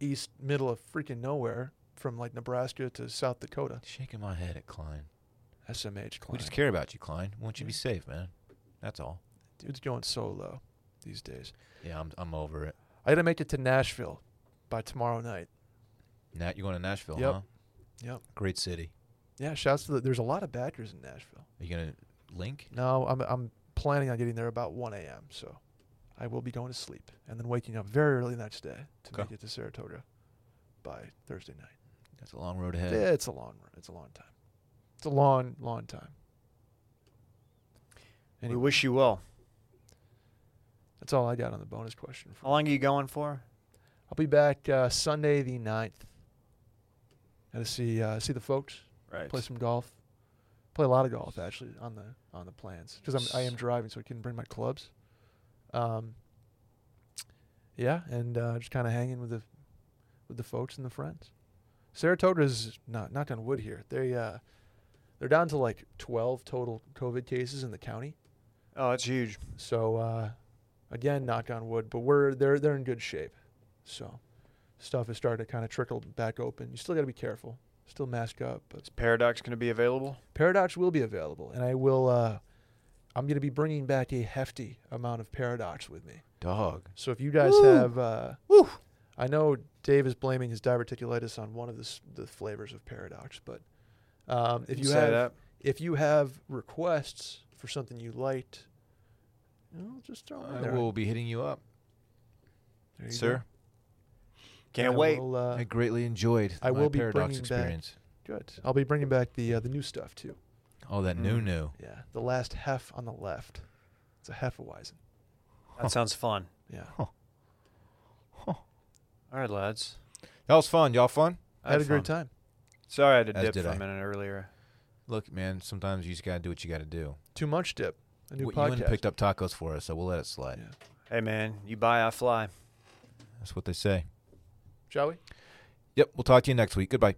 [SPEAKER 2] east middle of freaking nowhere from like Nebraska to South Dakota.
[SPEAKER 1] Shaking my head at Klein.
[SPEAKER 2] SMH Klein.
[SPEAKER 1] We just care about you, Klein. We want you to be safe, man. That's all.
[SPEAKER 2] Dude's going solo these days.
[SPEAKER 1] Yeah, I'm I'm over it.
[SPEAKER 2] I gotta make it to Nashville by tomorrow night.
[SPEAKER 1] Nat, you going to Nashville,
[SPEAKER 2] Yep.
[SPEAKER 1] huh?
[SPEAKER 2] Yep.
[SPEAKER 1] Great city.
[SPEAKER 2] Yeah, shouts to the. There's a lot of backers in Nashville.
[SPEAKER 1] Are you gonna link?
[SPEAKER 2] No, I'm I'm planning on getting there about 1 a.m. So, I will be going to sleep and then waking up very early the next day to
[SPEAKER 1] Okay.
[SPEAKER 2] make it to Saratoga by Thursday night.
[SPEAKER 1] That's a long road ahead.
[SPEAKER 2] Yeah, it's a long r- it's a long time. It's a long long time.
[SPEAKER 3] We
[SPEAKER 2] Anyway,
[SPEAKER 3] wish you well.
[SPEAKER 2] that's all I got on the bonus question. For
[SPEAKER 3] How long are you going for?
[SPEAKER 2] I'll be back uh, Sunday the 9th. Gotta see uh, see the folks.
[SPEAKER 3] Right.
[SPEAKER 2] play some golf. Play a lot of golf actually on the on the plans because I'm I am
[SPEAKER 3] S-
[SPEAKER 2] driving, so I couldn't bring my clubs. Um. Yeah, and uh, just kind of hanging with the with the folks and the friends. Saratoga's not knock on wood here. They uh, they're down to like 12 total COVID cases in the county.
[SPEAKER 3] Oh, it's huge.
[SPEAKER 2] So uh, again, knock on wood, but we're they're they're in good shape. So stuff is starting to kind of trickle back open. You still got to be careful. Still mask up, but
[SPEAKER 3] Is Paradox going to be available?
[SPEAKER 2] Paradox will be available, and I will. Uh, I'm going to be bringing back a hefty amount of Paradox with me.
[SPEAKER 1] Dog.
[SPEAKER 2] So if you guys
[SPEAKER 3] Woo.
[SPEAKER 2] have, uh, I know Dave is blaming his diverticulitis on one of the, s- the flavors of Paradox, but um, if
[SPEAKER 3] Didn't
[SPEAKER 2] you
[SPEAKER 3] say
[SPEAKER 2] have
[SPEAKER 3] that.
[SPEAKER 2] if you have requests for something you liked, you know, just throw 'em in
[SPEAKER 1] I
[SPEAKER 2] there.
[SPEAKER 1] will be hitting you up,
[SPEAKER 2] There you go.
[SPEAKER 1] sir.
[SPEAKER 3] can't
[SPEAKER 2] I
[SPEAKER 3] wait.
[SPEAKER 2] will, uh,
[SPEAKER 1] I greatly enjoyed
[SPEAKER 2] I
[SPEAKER 1] my
[SPEAKER 2] will be
[SPEAKER 1] paradox
[SPEAKER 2] bringing back-
[SPEAKER 1] experience.
[SPEAKER 2] good. I'll be bringing back the uh, the new stuff too.
[SPEAKER 1] All that new
[SPEAKER 3] Mm.
[SPEAKER 1] new.
[SPEAKER 2] Yeah, the last hef on the left. It's a hefeweizen.
[SPEAKER 3] That sounds fun.
[SPEAKER 2] Yeah.
[SPEAKER 3] All right, lads.
[SPEAKER 1] That was fun. Y'all fun?
[SPEAKER 2] I had a great time.
[SPEAKER 3] Sorry, I had to
[SPEAKER 1] As
[SPEAKER 3] dip
[SPEAKER 1] did
[SPEAKER 3] for
[SPEAKER 1] I.
[SPEAKER 3] a minute earlier.
[SPEAKER 1] Look, man, sometimes you just gotta do what you gotta do.
[SPEAKER 2] Too much dip. A new
[SPEAKER 1] What- you
[SPEAKER 2] podcast.
[SPEAKER 1] went and picked up tacos for us, so we'll let it slide.
[SPEAKER 2] Yeah.
[SPEAKER 3] Hey, man, you buy, I fly.
[SPEAKER 1] That's what they say.
[SPEAKER 2] Shall we?
[SPEAKER 1] Yep, we'll talk to you next week. Goodbye.